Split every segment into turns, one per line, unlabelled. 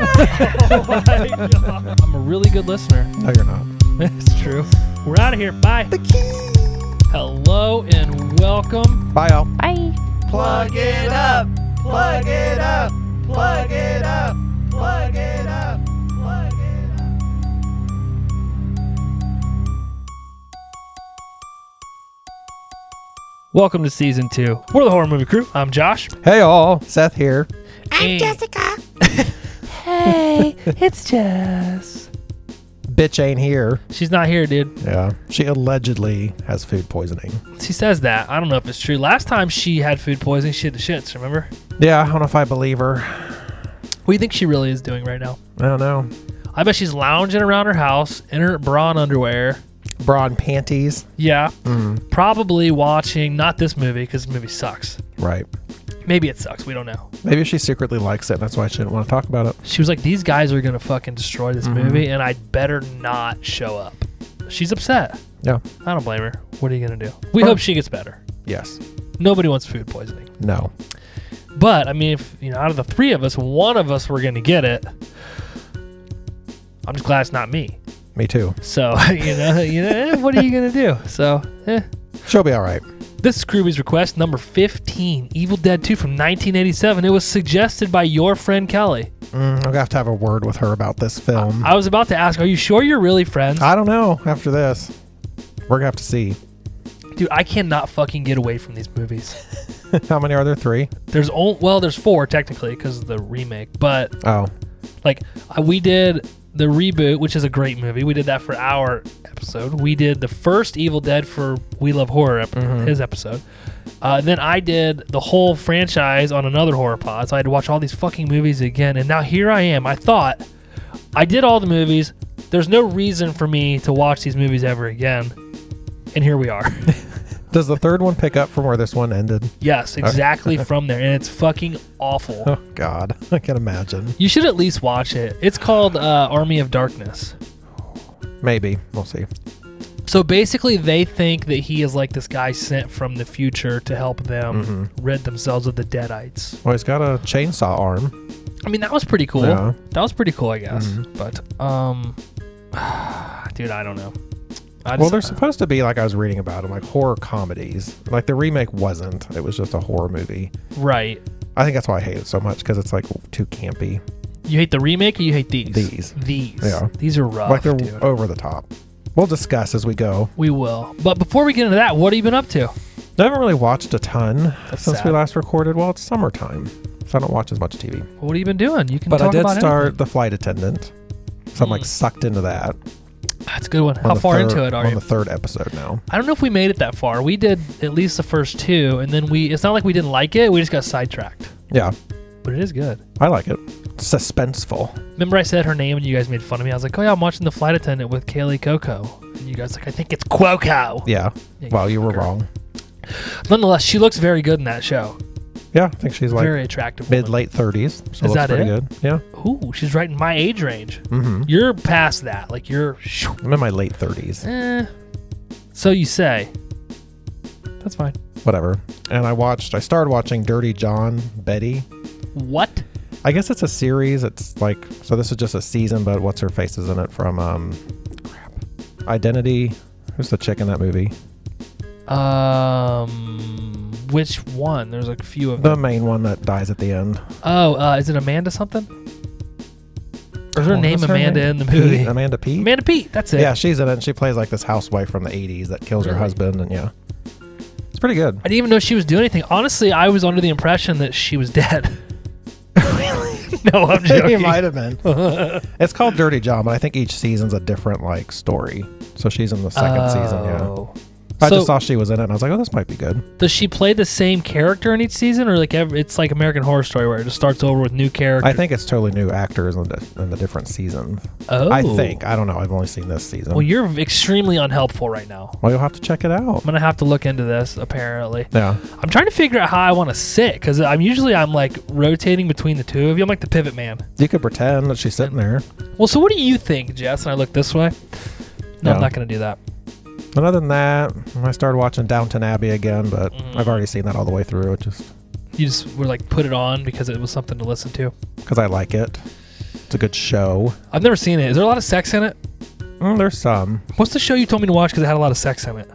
oh my God. I'm a really good listener.
No, you're not.
That's true. We're out of here. Bye. Hello and welcome.
Bye, y'all.
Bye.
Plug it up. Plug it up. Plug it up. Plug it up. Plug it up.
Welcome to season two. We're the horror movie crew. I'm Josh.
Hey, all. Seth here.
I'm Jessica.
Hey, it's Jess.
Bitch ain't here.
She's not here, dude.
Yeah. She allegedly has food poisoning.
She says that. I don't know if it's true. Last time she had food poisoning, she had the shits, remember?
Yeah, I don't know if I believe her.
What do you think she really is doing right now?
I don't know.
I bet she's lounging around her house in her bra and underwear.
Bra and panties.
Yeah. Probably watching not this movie because this movie sucks.
Right.
Maybe it sucks. We don't know.
Maybe she secretly likes it. and That's why she didn't want to talk about it.
She was like, "These guys are gonna fucking destroy this movie, and I'd better not show up." She's upset.
Yeah.
I don't blame her. What are you gonna do? We
Well-
hope she gets better.
Yes.
Nobody wants food poisoning.
No.
But I mean, if you know, out of the three of us, one of us were gonna get it. I'm just glad it's not me.
Me too.
So you know, you know, eh, what are you gonna do? So. Eh.
She'll be all right.
This is Scrooby's request number 15, Evil Dead 2 from 1987. It was suggested by your friend Kelly.
Mm, I'm gonna have to have a word with her about this film.
I was about to ask, are you sure you're really friends?
I don't know. After this, we're gonna have to see.
Dude, I cannot fucking get away from these movies.
How many are there? Three.
There's only, well, there's four technically because of the remake, but
Oh,
like I- we did the reboot, which is a great movie. We did that for our episode. We did the first Evil Dead for We Love Horror, ep- his episode. Uh, then I did the whole franchise on another horror pod, so I had to watch all these fucking movies again. And now here I am. I thought I did all the movies. There's no reason for me to watch these movies ever again. And here we are.
does the third one pick up from where this one ended?
yes, exactly from there. And it's fucking awful.
Oh God, I can imagine.
You should at least watch it. It's called uh, Army of Darkness.
Maybe we'll see.
So basically, they think that he is like this guy sent from the future to help them
Mm-hmm.
rid themselves of the Deadites.
Well, he's got a chainsaw arm.
I mean, that was pretty cool.
Yeah. Mm-hmm.
That was pretty cool, I guess. But, um, dude, I don't know. I
Well,
just,
they're supposed to be like I was reading about them, like horror comedies. Like the remake wasn't. It was just a horror movie.
right.
I think that's why I hate it so much because it's like too campy.
You hate the remake or you hate these?
These.
These.
Yeah.
These are rough,
like they're
dude.
over the top. We'll discuss as we go.
we will. But before we get into that, what have you been up to?
I haven't really watched a ton since
sad.
we last recorded. Well, it's summertime, so I don't watch as much TV.
What have you been doing? You can
But I
talk
did
about
start
anything.
The Flight Attendant, so I'm like sucked into that.
That's a good one.
on
How
the
far
third-
into it are
On
you?
the third episode now.
I don't know if we made it that far. We did at least the first two, and then we. It's not like we didn't like it. We just got sidetracked.
Yeah,
But it is good.
I like it. Suspenseful.
Remember, I said her name, and you guys made fun of me. I was like, "Oh yeah, I'm watching the flight attendant with Kaylee Coco." And you guys like, "I think it's Cuoco."
Yeah.
Yeah, you
Well, you were
fucker.
wrong.
Nonetheless, she looks very good in that show.
Yeah, I think she's like
very attractive.
mid
Mid
late thirties. So
Is
looks
that
pretty
it?
good. Yeah.
Ooh, she's right in my age range.
Mm-hmm.
You're past that. Like you're. shoo,
I'm in my late thirties.
eh. So you say. That's fine.
Whatever. And I watched. I started watching Dirty John Betty.
What?
I guess it's a series. It's like so. This is just a season, but what's her face is in it from um, crap, Identity. Who's the chick in that movie?
Um, which one? There's like a few of them.
The main one that dies at the end.
Oh, uh, is it Amanda something? Or is her
What
name
was her
Amanda
name?
in the movie?
Pete? Amanda Pete.
Amanda Pete. That's it.
Yeah, she's in it. And she plays like this housewife from the '80s that kills her
Really?
husband, and yeah, it's pretty good.
I didn't even know she was doing anything. Honestly, I was under the impression that she was dead. no, I'm
It
joking.
might have been. it's called Dirty John, but I think each season's a different like story. So she's in the second season. Yeah.
Oh.
I
So-
just saw she was in it, and I was like, oh, this might be good.
Does she play the same character in each season, or like every, it's like American Horror Story where it just starts over with new characters?
I think it's totally new actors in the, in the different season.
Oh.
I think. um, I don't know. I've only seen this season.
Well, you're extremely unhelpful right now.
well, you'll have to check it out.
I'm gonna have to look into this. Apparently,
Yeah.
I'm trying to figure out how I want to sit because I'm usually I'm like rotating between the two of you. I'm like the pivot man.
You could pretend that she's sitting there.
Well, so what do you think, Jess? And I look this way. No, I'm
No.
not gonna do that.
And other than that, I started watching Downton Abbey again, but
Mm.
I've already seen that all the way through. It just
You just were like put it on because it was something to listen to.
because I like it. It's a good show.
I've never seen it. Is there a lot of sex in it?
Mm, there's some.
What's the show you told me to watch because it had a lot of sex in it?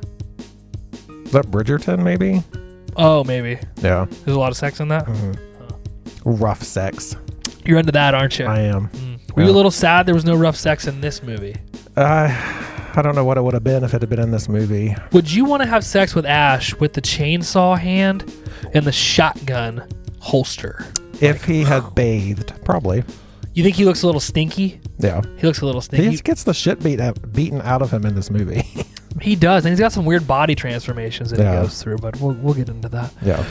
Is that Bridgerton, maybe?
Oh, maybe
Yeah.
there's a lot of sex in that.
Mhm. Rough sex.
You're into that, aren't you?
I am.
Mm. Were you a
Yeah.
little sad there was no rough sex in this movie?
I I don't know what it would have been if it had been in this movie.
Would you want to have sex with Ash with the chainsaw hand and the shotgun holster?
If he had bathed, probably.
You think he looks a little stinky?
Yeah.
He looks a little
He
stinky.
gets the shit beat out, beaten out of him in this movie.
he does, and he's got some weird body transformations that
Yeah.
he goes through. But we'll, we'll get into that.
yeah.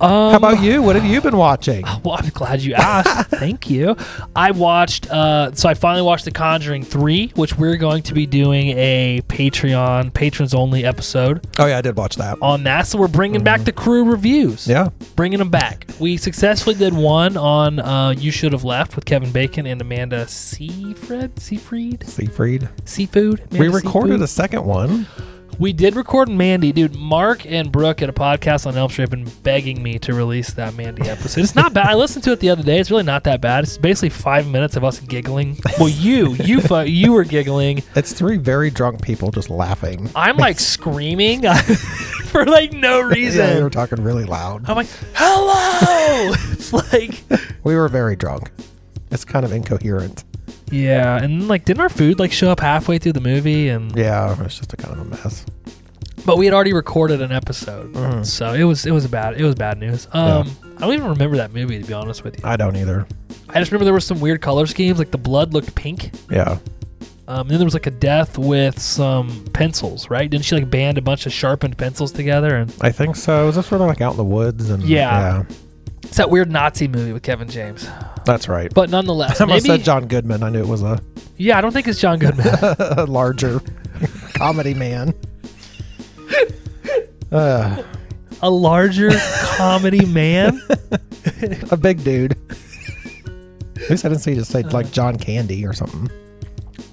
Um,
How about you? What have you been watching?
Well, I'm glad you asked. Thank you. I watched, uh, so I finally watched The Conjuring 3, which we're going to be doing a Patreon, patrons only episode
Oh yeah, I did watch that.
on that. So we're bringing back the crew reviews.
Mm-hmm. Yeah.
Bringing them back. We successfully did one on uh, You Should Have Left with Kevin Bacon and Amanda Seafred? Seafried?
Seafried.
Seafood?
we
Amanda
recorded
Seafood?
a second one.
We did record Mandy, dude. Mark and Brooke at a podcast on Elm Street have been begging me to release that Mandy episode. It's not bad. I listened to it the other day. It's really not that bad. It's basically five minutes of us giggling. Well, you, you, fu- you were giggling.
It's three very drunk people just laughing.
I'm like screaming for like no
Yeah, we were
reason. Oh.
talking really loud.
I'm like, hello. It's like,
We were very drunk. It's kind of incoherent.
yeah. And like, didn't our food like show up halfway through the movie? And
Yeah, it's just a kind of a mess.
but we had already recorded an episode,
Mm-hmm.
so it was it was bad. It was bad news. Um, I don't even remember that movie to be honest with you.
I don't either.
I just remember there were some weird color schemes. Like the blood looked pink.
Yeah.
Um, and then there was like a death with some pencils, right? Didn't she like band a bunch of sharpened pencils together? And
I think so. Is this where they're like out in the woods and
Yeah. it's that weird Nazi movie with Kevin James.
yeah, that's right.
But nonetheless,
I must
maybe,
said John Goodman. I knew it was a,
yeah, I don't think it's John Goodman.
a larger comedy man. Uh,
a larger comedy man.
a big dude. At least I didn't see just say like John Candy or something.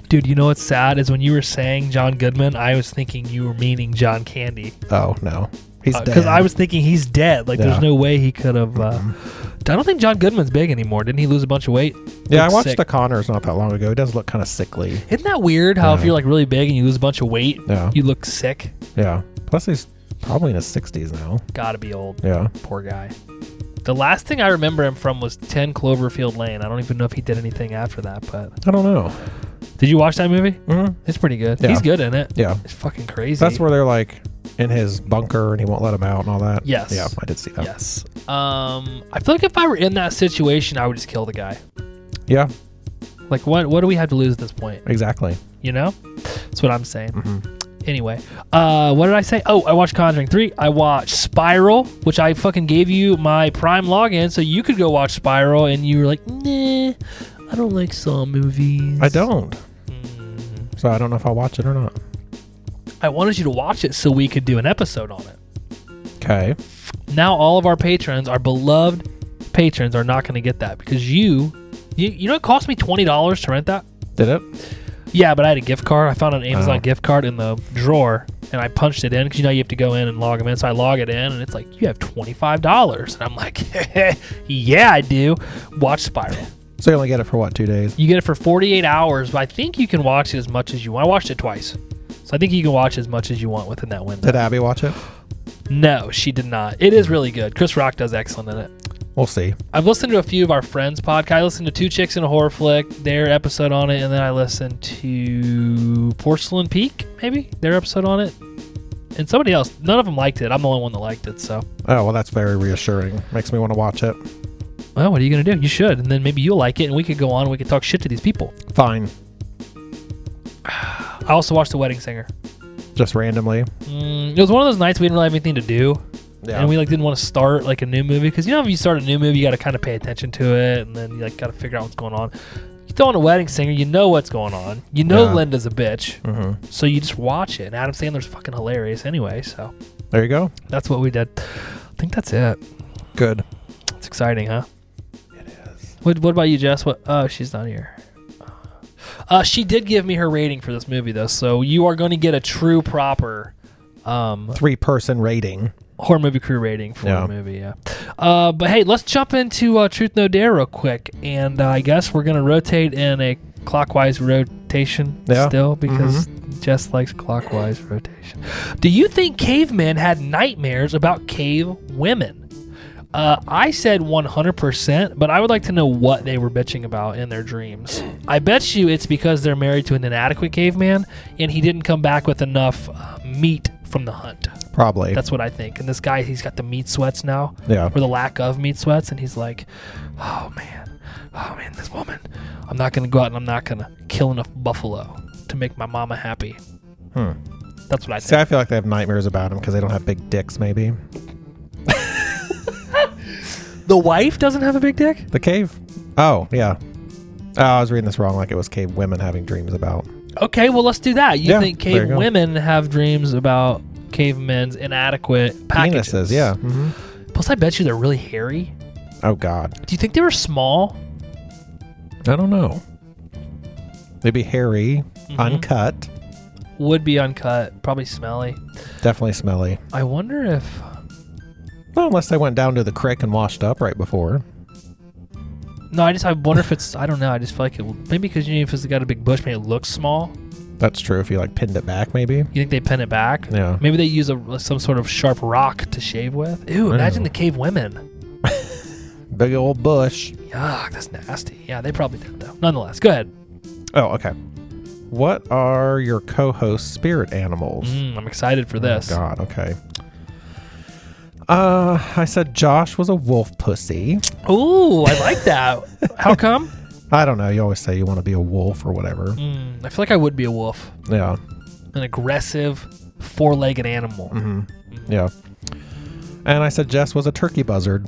Dude, you know what's sad is when you were saying John Goodman, I was thinking you were meaning John Candy.
Oh no, he's dead.
Because Uh, I was thinking he's dead. Like,
Yeah. Mm-hmm.
there's no way he could have. Uh, I don't think John Goodman's big anymore. Didn't he lose a bunch of weight?
Yeah, I
Looked
watched
sick.
The Connors not that long ago. He does look kind of sickly.
Isn't that weird how if
Yeah.
you're like really big and you lose a bunch of weight,
Yeah.
you look sick?
Yeah. Plus, he's probably in his 60s now.
Gotta be old.
Yeah.
Poor guy. The last thing I remember him from was 10 Cloverfield Lane. I don't even know if he did anything after that, but
I don't know.
did you watch that movie?
mm
It's pretty good.
Yeah.
He's good in it.
Yeah.
It's fucking crazy.
That's where they're like in his bunker and he won't let him out and all that.
Yes.
Yeah, I did see that.
Yes. Um, I feel like if I were in that situation, I would just kill the guy.
Yeah,
Like, what? What do we have to lose at this point?
exactly. Mm-hmm.
You know, that's what I'm saying. Anyway, uh, what did I say? Oh, I watched Conjuring Three. I watched Spiral, which I fucking gave you my Prime login, so you could go watch Spiral, and you were like, "Nah, I don't like Saw movies.
I don't.
Mm-hmm.
So I don't know if I'll watch it or not.
I wanted you to watch it so we could do an episode on it.
Okay.
Now all of our patrons, our beloved patrons, are not going to get that because you, you, you know, it cost me twenty dollars to rent that.
Did it?
Yeah, but I had a gift card. I found an Amazon
Oh.
gift card in the drawer, and I punched it in because you know you have to go in and log them in. So I log it in, and it's like you have twenty five dollars, and I'm like, yeah, I do. Watch Spiral.
So you only get it for what, two days?
You get it for forty eight hours, but I think you can watch it as much as you want. I watched it twice, so I think you can watch as much as you want within that window.
Did Abby watch it?
No, she did not. It is really good. Chris Rock does excellent in it.
We'll see.
I've listened to a few of our friends' podcasts. I listened to Two Chicks in a Horror Flick, their episode on it, and then I listened to Porcelain Peak, maybe their episode on it, and somebody else. None of them liked it. I'm the only one that liked it. So,
Oh, well, that's very reassuring. Makes me want to watch it.
well, what are you gonna do? You should, and then maybe you'll like it, and we could go on. and We could talk shit to these people.
Fine.
I also watched The Wedding Singer.
just randomly.
Mm, it was one of those nights we didn't really have anything to do,
Yeah.
and we like didn't want to start like a new movie because you know if you start a new movie, you got to kind of pay attention to it, and then you like got to figure out what's going on. You throw on a wedding singer, you know what's going on. You know
Yeah.
Linda's a bitch,
hmm
so you just watch it. And Adam Sandler's fucking hilarious anyway, so
There you go.
that's what we did. I think that's it.
Good.
It's exciting, huh? It is. What, what about you, Jess? What? Oh, she's not here. Uh, she did give me her rating for this movie, though, so you are going to get a true proper um,
Three person rating.
horror movie crew rating for
Yeah.
the movie. Yeah. Uh, but hey, let's jump into uh, Truth No Dare real quick, and uh, I guess we're gonna rotate in a clockwise rotation
Yeah. Mm-hmm.
still because Jess likes clockwise rotation. Do you think cavemen had nightmares about cave women? Uh, I said 100%, but I would like to know what they were bitching about in their dreams. I bet you it's because they're married to an inadequate caveman and he didn't come back with enough uh, meat from the hunt.
Probably.
That's what I think. And this guy, he's got the meat sweats now,
yeah.
or the lack of meat sweats, and he's like, "Oh man, oh man, this woman. I'm not gonna go out and I'm not gonna kill enough buffalo to make my mama happy."
Hmm.
That's what I
See,
think.
I feel like they have nightmares about them because they don't have big dicks, maybe.
The wife doesn't have a big dick.
The cave? Oh, yeah. Oh, I was reading this wrong, like it was cave women having dreams about.
Okay, well let's do that. You
Yeah,
think
there you
cave
go.
women have dreams about cavemen's inadequate packages? Mm-hmm.
Penises, yeah. hmm
Plus, I bet you they're really hairy.
Oh, God.
Do you think they were small?
I don't know. They'd be hairy,
Mhm.
uncut,
Would be uncut, probably smelly.
definitely smelly.
I wonder if
Well, unless they went down to the creek and washed up right before.
No, I just I wonder if it's I don't know. I just feel like it maybe because you know if it's got a big bush, maybe it looks small.
That's true. If you like pinned it back, maybe.
You think they pin it back?
Yeah.
Maybe they use a some sort of sharp rock to shave with. Ew! Imagine
Ew.
the cave women.
Big old bush.
Yuck, that's nasty. Yeah, they probably did though. Nonetheless, go ahead.
Oh, okay. What are your co host spirit animals?
Mm, I'm excited for this.
Oh, God, okay. Uh, I said Josh was a wolf pussy.
Ooh, I like that. How come?
I don't know. You always say you want to be a wolf or whatever.
Mm, I feel like I would be a wolf,
Yeah.
an aggressive, four-legged animal.
hmm Yeah. And I said Jess was a turkey buzzard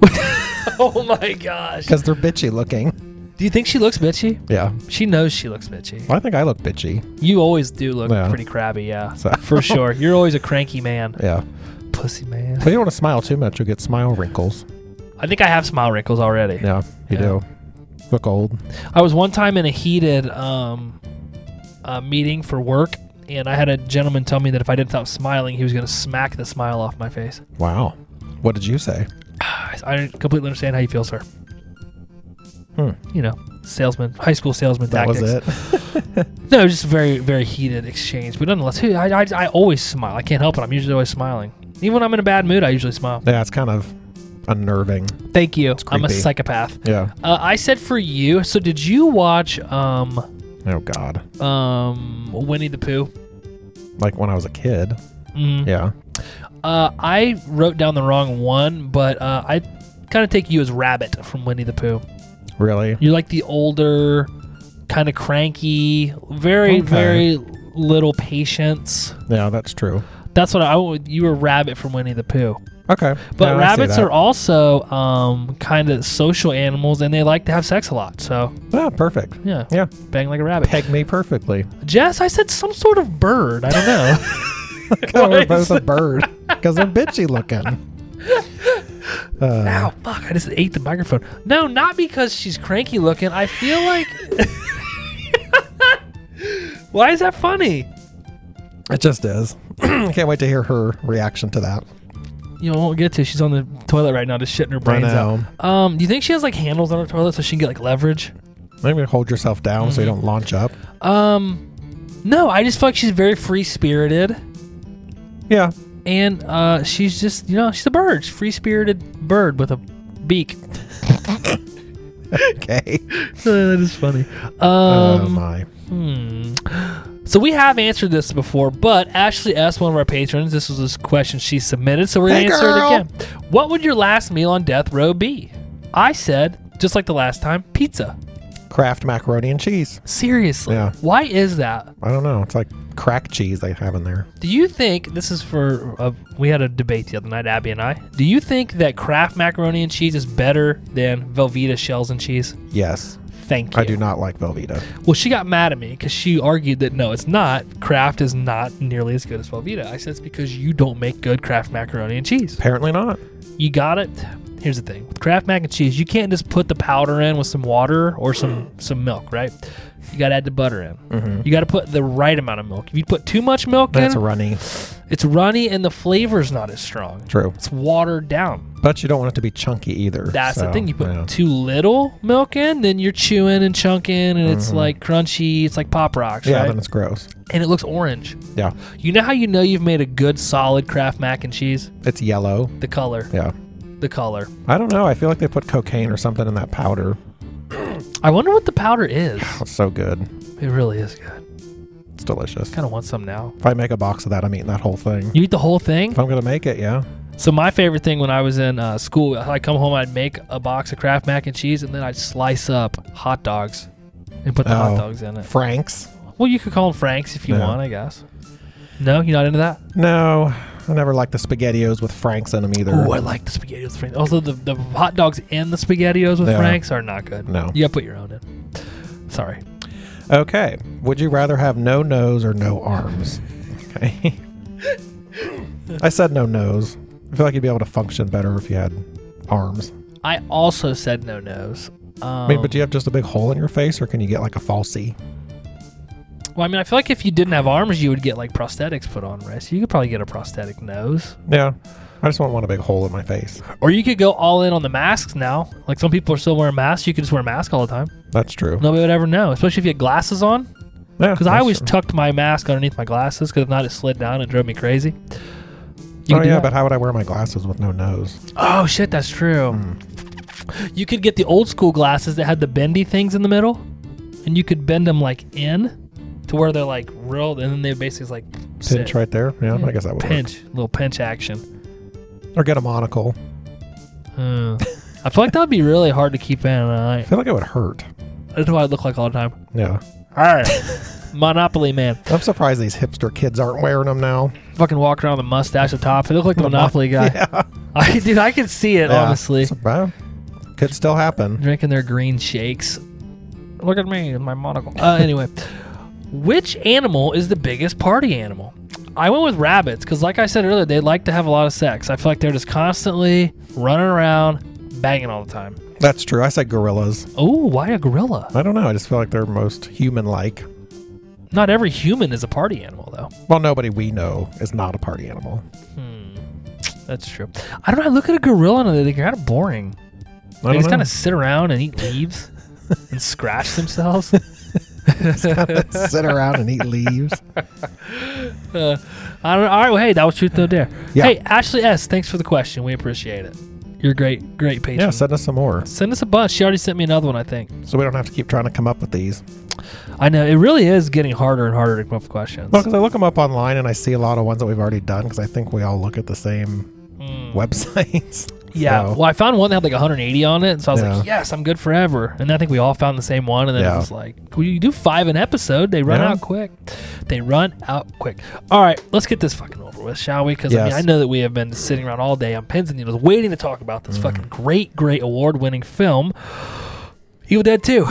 Oh my gosh!
because they're bitchy looking.
Do you think she looks bitchy?
Yeah.
She knows she looks bitchy.
Well, I think I look bitchy.
You always do look
Yeah.
pretty crabby, yeah.
So-
For sure. You're always a cranky man.
Yeah.
Pussy man.
But you don't want to smile too much. You'll get smile wrinkles.
I think I have smile wrinkles already.
Yeah. You
Yeah.
do. Look old.
I was one time in a heated um, uh, meeting for work, and I had a gentleman tell me that if I didn't stop smiling, he was going to smack the smile off my face.
Wow. What did you say?
I I completely understand how you feel, sir.
Hmm.
You know, salesman, high school salesman
That
tactics.
was it.
No, it was just a very, very heated exchange. But nonetheless, who- I, I, I always smile. I can't help it. I'm usually always smiling. Even when I'm in a bad mood, I usually smile.
Yeah, it's kind of unnerving.
Thank you. I'm a
creepy.
psychopath.
Yeah.
Uh, I said for you. So did you watch um
Oh God.
um Winnie the Pooh?
Like when I was a kid.
Mm.
Yeah.
Uh, I wrote down the wrong one, but uh, I kind of take you as Rabbit from Winnie the Pooh.
Really.
You're like the older, kind of cranky, very
Okay.
very little patience.
Yeah, that's true.
That's what I would. You were Rabbit from Winnie the Pooh,
Okay.
but
Yeah, I see
rabbits
that.
are also um, kind of social animals, and they like to have sex a lot. So
Yeah, Ah, perfect.
yeah,
Yeah.
bang like a rabbit.
Peg me perfectly.
Jess, I said some sort of bird. I don't know.
God, we're
What?
both a bird because they're bitchy looking. Uh,
Ow, fuck, I just ate the microphone. No, not because she's cranky looking. I feel like. Why is that funny?
it just is. Can't wait to hear her reaction to that.
You know, I won't get to. She's on the toilet right now, just shitting her brains out.
now.
Um, do you think she has like handles on her toilet so she can get like leverage?
Maybe hold yourself down so you
Mm-hmm.
don't launch up.
Um, no, I just feel like she's very free spirited,
Yeah.
and uh, she's just you know she's a bird, free spirited bird with a beak.
Okay.
that is funny. Um,
oh my.
Hmm. So we have answered this before, but Ashley S, one of our patrons, this was this question she submitted, so we're gonna
Hey,
answer
girl.
it again. What would your last meal on death row be? I said, just like the last time, pizza.
Kraft macaroni and cheese.
Seriously,
Yeah.
why is that?
I don't know. It's like crack cheese they have in there.
Do you think this is for? Uh, we had a debate the other night, Abby and I. Do you think that Kraft macaroni and cheese is better than Velveeta shells and cheese?
Yes,
Thank you.
I do not like Velveeta.
Well, she got mad at me because she argued that no, it's not. Kraft is not nearly as good as Velveeta. I said it's because you don't make good Kraft macaroni and cheese.
Apparently not.
You got it. Here's the thing: with Kraft mac and cheese, you can't just put the powder in with some water or some some milk, right? You got to add the butter in. You got to put the right amount of milk. If you put too much milk
Mm-hmm. That's
in,
runny.
it's runny and the flavor's not as strong.
True.
It's watered down.
But you don't want it to be chunky either.
That's the
so,
thing. You put
yeah.
too little milk in, then you're chewing and chunking, and it's like crunchy. It's like pop rocks,
Mm-hmm. Yeah,
right?
then it's gross.
and it looks orange.
Yeah,
You know how you know you've made a good solid Kraft mac and cheese?
it's yellow.
The color.
Yeah,
The color.
I don't know. I feel like they put cocaine or something in that powder.
I wonder what the powder is.
It's so good.
It really is good.
It's delicious.
Kind of want some now.
If I make a box of that, I'm eating that whole thing.
You eat the whole thing?
If I'm gonna make it, yeah.
So my favorite thing when I was in uh, school, I come home, I'd make a box of Kraft mac and cheese, and then I'd slice up hot dogs and put the hot
Oh.
dogs in it.
Frank's.
Well, you could call them Franks if you
Yeah.
want, I guess. No, you're not into that.
No, I never liked the spaghettios with Franks in them either.
Oh, I like the spaghettios with Franks. Also, the, the hot dogs and the spaghettios with
Yeah.
Franks are not good.
No.
You gotta put your own in. Sorry.
Okay. Would you rather have no nose or no arms? Okay. I said no nose. I feel like you'd be able to function better if you had arms.
I also said no nos. Um,
I mean, but do you have just a big hole in your face, or can you get like a E? falsie?
well, I mean, I feel like if you didn't have arms, you would get like prosthetics put on, right? So you could probably get a prosthetic nose,
Yeah. I just wouldn't want a big hole in my face.
or you could go all in on the masks now. Like some people are still wearing masks. You could just wear a mask all the time.
That's true.
Nobody would ever know, especially if you had glasses on.
Yeah,
Because I
that's
always
true.
tucked my mask underneath my glasses, because if not, it slid down and drove me crazy. You
oh
could do
yeah,
that.
but how would I wear my glasses with no nose?
Oh shit, that's true.
Hmm.
You could get the old school glasses that had the bendy things in the middle, and you could bend them like in to where they're like real, and then they basically like
Pinch
sit.
right there. Yeah, I guess that would work.
pinch, little pinch action.
Or get a monocle.
Hmm. I feel like that'd be really hard to keep in. and I
I feel like it would hurt.
That's what I look like all the time.
Yeah.
All right, Monopoly man,
I'm surprised these hipster kids aren't wearing them now.
fucking walk around with a mustache at top. I look like the
The mon-
Monopoly guy.
Yeah.
I, dude, I could see it
Yeah.
honestly.
Well, could still happen.
drinking their green shakes. Look at me with my monocle. Uh, anyway, which animal is the biggest party animal? I went with rabbits because, like I said earlier, they like to have a lot of sex. I feel like they're just constantly running around, banging all the time.
That's true. I said gorillas.
Oh, why a gorilla?
I don't know. I just feel like they're most human like.
Not every human is a party animal, though.
Well, nobody we know is not a party animal.
That's true. I don't know. I look at a gorilla and they're kind of boring.
I
They
don't
just kind
know.
of sit around and eat leaves and scratch themselves.
sit around and eat leaves.
Uh, I don't, all right, well, hey, that was truth no dare.
Yeah.
Hey, Ashley S, thanks for the question. We appreciate it. You're a great, great patron.
Yeah, send us some more
Send us a bunch. She already sent me another one, I think.
so we don't have to keep trying to come up with these.
I know it really is getting harder and harder to come up with questions.
Well, because I look them up online and I see a lot of ones that we've already done because I think we all look at the same websites.
Hmm. yeah.
So,
Well, I found one that had like 180 on it, and so I was like,
Yeah.
yes, I'm good forever. And I think we all found the same one, and then it
Yeah.
was like, well, you do five an episode, they run
Yeah.
out quick. They run out quick. All right, let's get this fucking over with, shall we? Because I mean,
Yes.
I know that we have been sitting around all day on pins and needles waiting to talk about
Mm.
this fucking great, great award-winning film, Evil Dead 2.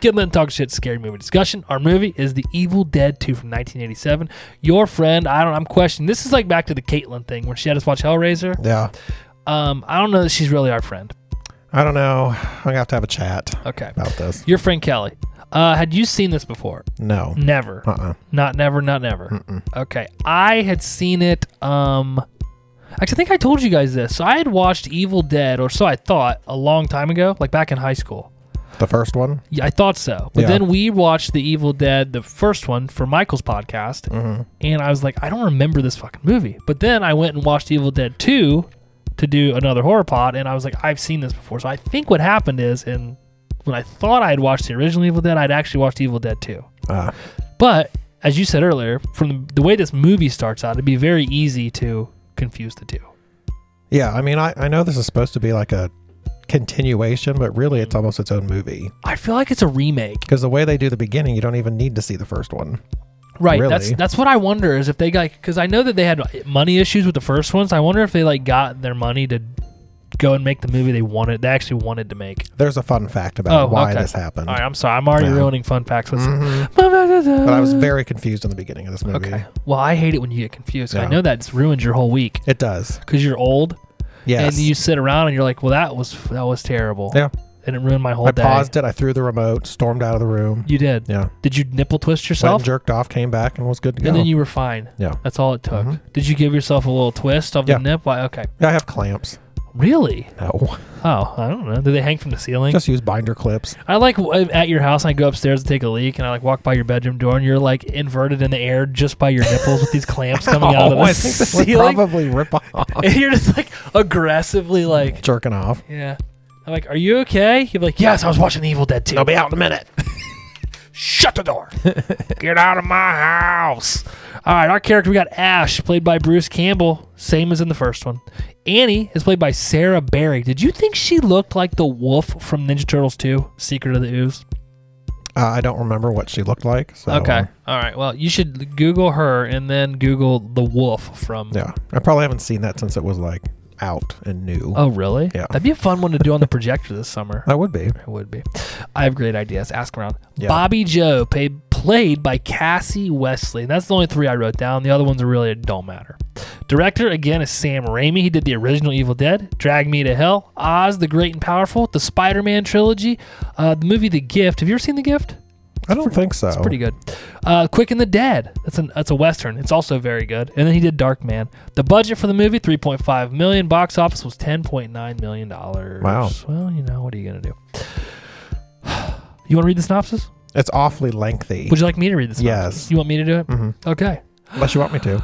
Get Lit and Talk Shit Scary Movie Discussion. Our movie is The Evil Dead 2 from 1987. Your friend, I don't I'm questioning. This is like back to the Caitlyn thing where she had us watch Hellraiser.
yeah.
Um, I don't know that she's really our friend.
I don't know. I'm going to have to have a chat
Okay.
about this.
Your friend Kelly. Uh, had you seen this before?
No.
Never.
Uh uh
Not never, not never. Okay. I had seen it um Actually, I think I told you guys this. So I had watched Evil Dead, or so I thought, a long time ago, like back in high school.
The first one?
Yeah, I thought so. But
Yeah.
then we watched The Evil Dead, the first one for Michael's podcast, and I was like, I don't remember this fucking movie. But then I went and watched Evil Dead 2 to do another horror pod, and I was like, I've seen this before. So I think what happened is, and when I thought I had watched the original Evil Dead, I'd actually watched Evil Dead 2.
Ah.
But as you said earlier, from the, the way this movie starts out, it'd be very easy to confuse the two.
Yeah, I mean, I, I know this is supposed to be like a continuation, but really it's almost its own movie.
I feel like it's a remake.
Because the way they do the beginning, you don't even need to see the first one.
Right.
Really?
That's that's what I wonder is if they like because I know that they had money issues with the first ones. I wonder if they like got their money to go and make the movie they wanted. They actually wanted to make.
There's a fun fact about
Oh,
why
okay.
this happened.
All right. I'm sorry. I'm already
Mm. Yeah. Mm.
ruining fun facts with.
But I was very confused in the beginning of this movie.
Okay. Well, I hate it when you get confused. 'cause I
Yeah.
know that's ruined your whole week
It does.
because you're old
Yes.
and you sit around and you're like, well, that was that was terrible.
yeah.
And it ruined my whole
I
day.
paused it. I threw the remote, stormed out of the room.
You did.
Yeah.
Did you nipple twist
Went and
yourself?
jerked off, came back, and was good to go.
And then you were fine.
yeah.
That's all it took.
Mhm.
Did you give yourself a little twist of
Yeah.
the nip? Why? Okay.
Yeah, I have clamps.
Really?
No.
Oh, I don't know. Do they hang from the ceiling?
Just use binder clips.
I like w- at your house. I go upstairs to take a leak, and I like walk by your bedroom door, and you're like inverted in the air just by your nipples with these clamps coming out of
Oh, I
the
think that would
ceiling.
probably rip off.
And you're just like aggressively like,
Jerking off.
yeah. I'm like, are you okay? You're like, yes, I was watching Evil Dead 2.
I'll be out in a minute.
Shut the door. Get out of my house. All right, our character, we got Ash, played by Bruce Campbell, same as in the first one. Annie is played by Sarah Barry. Did you think she looked like the wolf from Ninja Turtles 2, Secret of the Ooze?
Uh, I don't remember what she looked like. So,
Okay. All right. Well, you should Google her and then Google the wolf from.
Yeah. I probably haven't seen that since it was like out and new.
Oh, really?
Yeah.
That'd be a fun one to do on the projector this summer.
That would be.
It would be. I have great ideas. Ask around.
Yeah.
Bobby Joe, paid, played by Cassie Wesley. And that's the only three I wrote down. The other ones are really don't matter. Director, again, is Sam Raimi. He did the original Evil Dead, Drag Me to Hell, Oz the Great and Powerful, the Spider Man trilogy, uh, the movie The Gift. Have you ever seen The Gift?
I don't think so.
It's pretty good. Uh, Quick and the Dead. That's an that's a western. It's also very good. And then he did Dark Man. The budget for the movie 3.5 million. Box office was 10.9 million dollars.
Wow.
Well, you know what are you gonna do? You want to read the synopsis?
It's awfully lengthy.
Would you like me to read the synopsis?
Yes.
You want me to do it?
Mhm.
Okay.
Unless you want me to.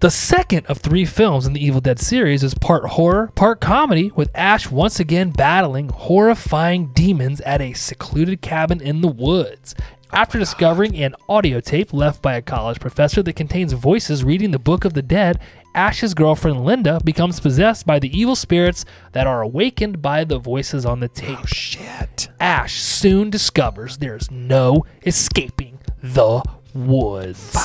The second of three films in the Evil Dead series is part horror, part comedy, with Ash once again battling horrifying demons at a secluded cabin in the woods. After discovering an audio tape left by a college professor that contains voices reading the Book of the Dead, Ash's girlfriend Linda becomes possessed by the evil spirits that are awakened by the voices on the tape.
Shit.
Ash soon discovers there's no escaping the woods.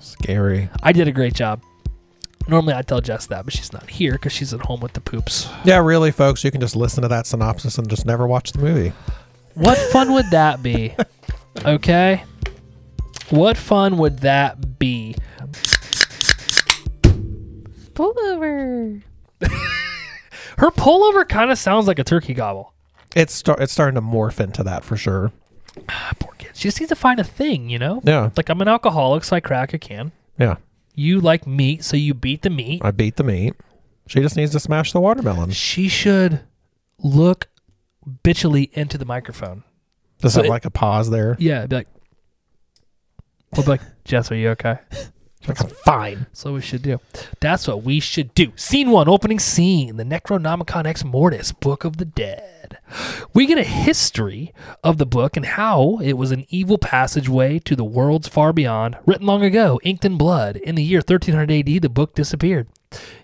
Scary.
I did a great job. Normally I tell Jess that, but she's not here because she's at home with the poops.
Yeah, really, folks, you can just listen to that synopsis and just never watch the movie.
What fun would that be? Okay. What fun would that be?
Pull over.
Her pullover kind of sounds like a turkey gobble.
It's star- it's starting to morph into that for sure.
Ah, poor kid. She just needs to find a thing, you know?
Yeah,
Like I'm an alcoholic, so I crack a can.
yeah.
You like meat, so you beat the meat.
I beat the meat. She just needs to smash the watermelon.
She should look bitchily into the microphone.
Just
So
have
it-
like a pause there.
Yeah, be like, we'll be like, Jess, are you okay?
Like, I'm fine.
That's what we should do. That's what we should do. Scene one, opening scene, the Necronomicon Ex Mortis, Book of the Dead. We get a history of the book and how it was an evil passageway to the worlds far beyond, written long ago, inked in blood. In the year 1300 AD, the book disappeared.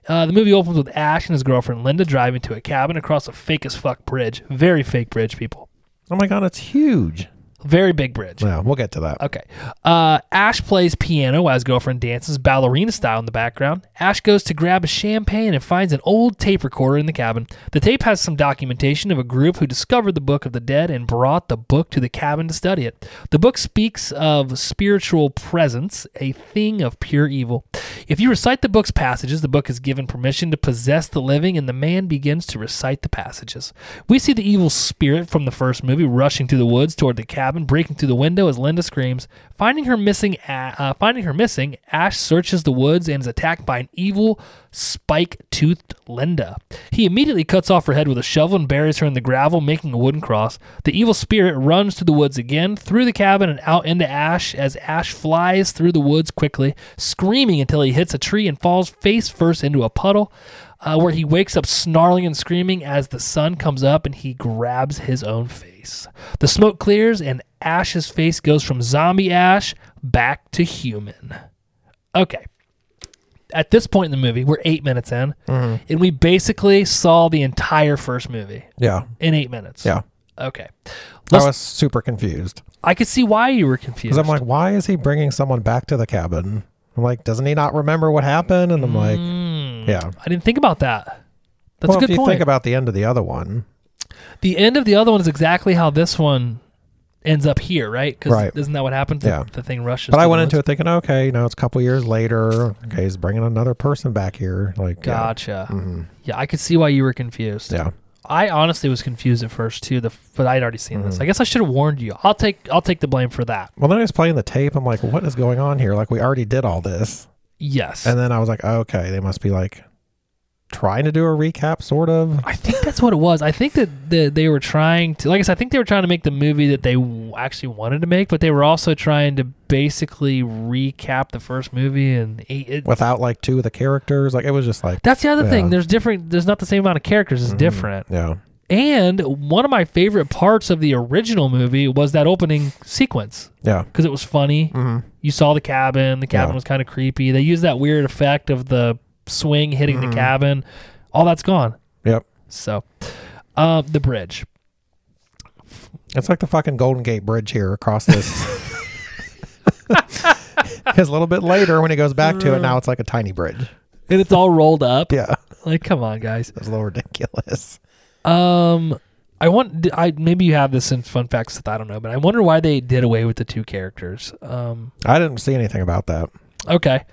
Uh, the movie opens with Ash and his girlfriend Linda driving to a cabin across a fake as fuck bridge. Very fake bridge, people.
Oh my god, it's huge.
Very big bridge.
Yeah, we'll get to that.
Okay. Uh, Ash plays piano as girlfriend dances ballerina style in the background. Ash goes to grab a champagne and finds an old tape recorder in the cabin. The tape has some documentation of a group who discovered the Book of the Dead and brought the book to the cabin to study it. The book speaks of spiritual presence, a thing of pure evil. If you recite the book's passages, the book is given permission to possess the living, and the man begins to recite the passages. We see the evil spirit from the first movie rushing through the woods toward the cabin, breaking through the window as Linda screams. Finding her missing, A- uh, finding her missing, Ash searches the woods and is attacked by an evil, spike-toothed Linda. He immediately cuts off her head with a shovel and buries her in the gravel, making a wooden cross. The evil spirit runs to the woods again, through the cabin, and out into Ash as Ash flies through the woods quickly, screaming until he hits a tree and falls face first into a puddle, uh, where he wakes up snarling and screaming as the sun comes up and he grabs his own face. The smoke clears and Ash's face goes from zombie Ash back to human. Okay. at this point in the movie, we're eight minutes in, and we basically saw the entire first movie
Yeah.
in eight minutes.
Yeah.
Okay.
I
Let's,
was super confused
I could see why you were confused.
because I'm like, why is he bringing someone back to the cabin? I'm like, doesn't he not remember what happened? And I'm like,
Hmm.
yeah.
I didn't think about that. That's
well,
a good
if you
point.
think about the end of the other one,
the end of the other one is exactly how this one ends up here, right? 'Cause
Right.
Isn't that what happens?
Yeah.
The, the thing rushes.
but I
through
went
the
into
woods.
it thinking, okay, you know, it's a couple years later. Okay, he's bringing another person back here. Like, yeah.
Gotcha. Yeah.
Mhm.
I could see why you were confused.
Yeah.
I honestly was confused at first too. The f- but I'd already seen
Mm-hmm.
this. I guess I should have warned you. I'll take I'll take the blame for that.
Well, then I was playing the tape. I'm like, what is going on here? Like, we already did all this.
Yes.
And then I was like, okay, they must be like trying to do a recap, sort of.
I think that's what it was. I think that the, they were trying to, like I said, I think they were trying to make the movie that they w- actually wanted to make, but they were also trying to basically recap the first movie. And eight, it,
Without like two of the characters. Like, it was just like,
that's the other thing.
Yeah. Mm-hmm.
There's different. There's not the same amount of characters. It's different.
yeah.
And one of my favorite parts of the original movie was that opening sequence
Yeah.
because it was funny.
Mm-hmm.
You saw the cabin. The cabin
Yeah.
was kind of creepy. They used that weird effect of the swing hitting the cabin. All that's gone.
Mm-hmm. Yep.
So, uh, the bridge.
It's like the fucking Golden Gate Bridge here across this. Because a little bit later, when he goes back to it, now it's like a tiny bridge.
and it's all rolled up.
Mm. Yeah,
Like, come on, guys.
it's a little ridiculous.
Um, I want. d- I maybe you have this in fun facts that I don't know, but I wonder why they did away with the two characters. Um,
I didn't see anything about that.
okay.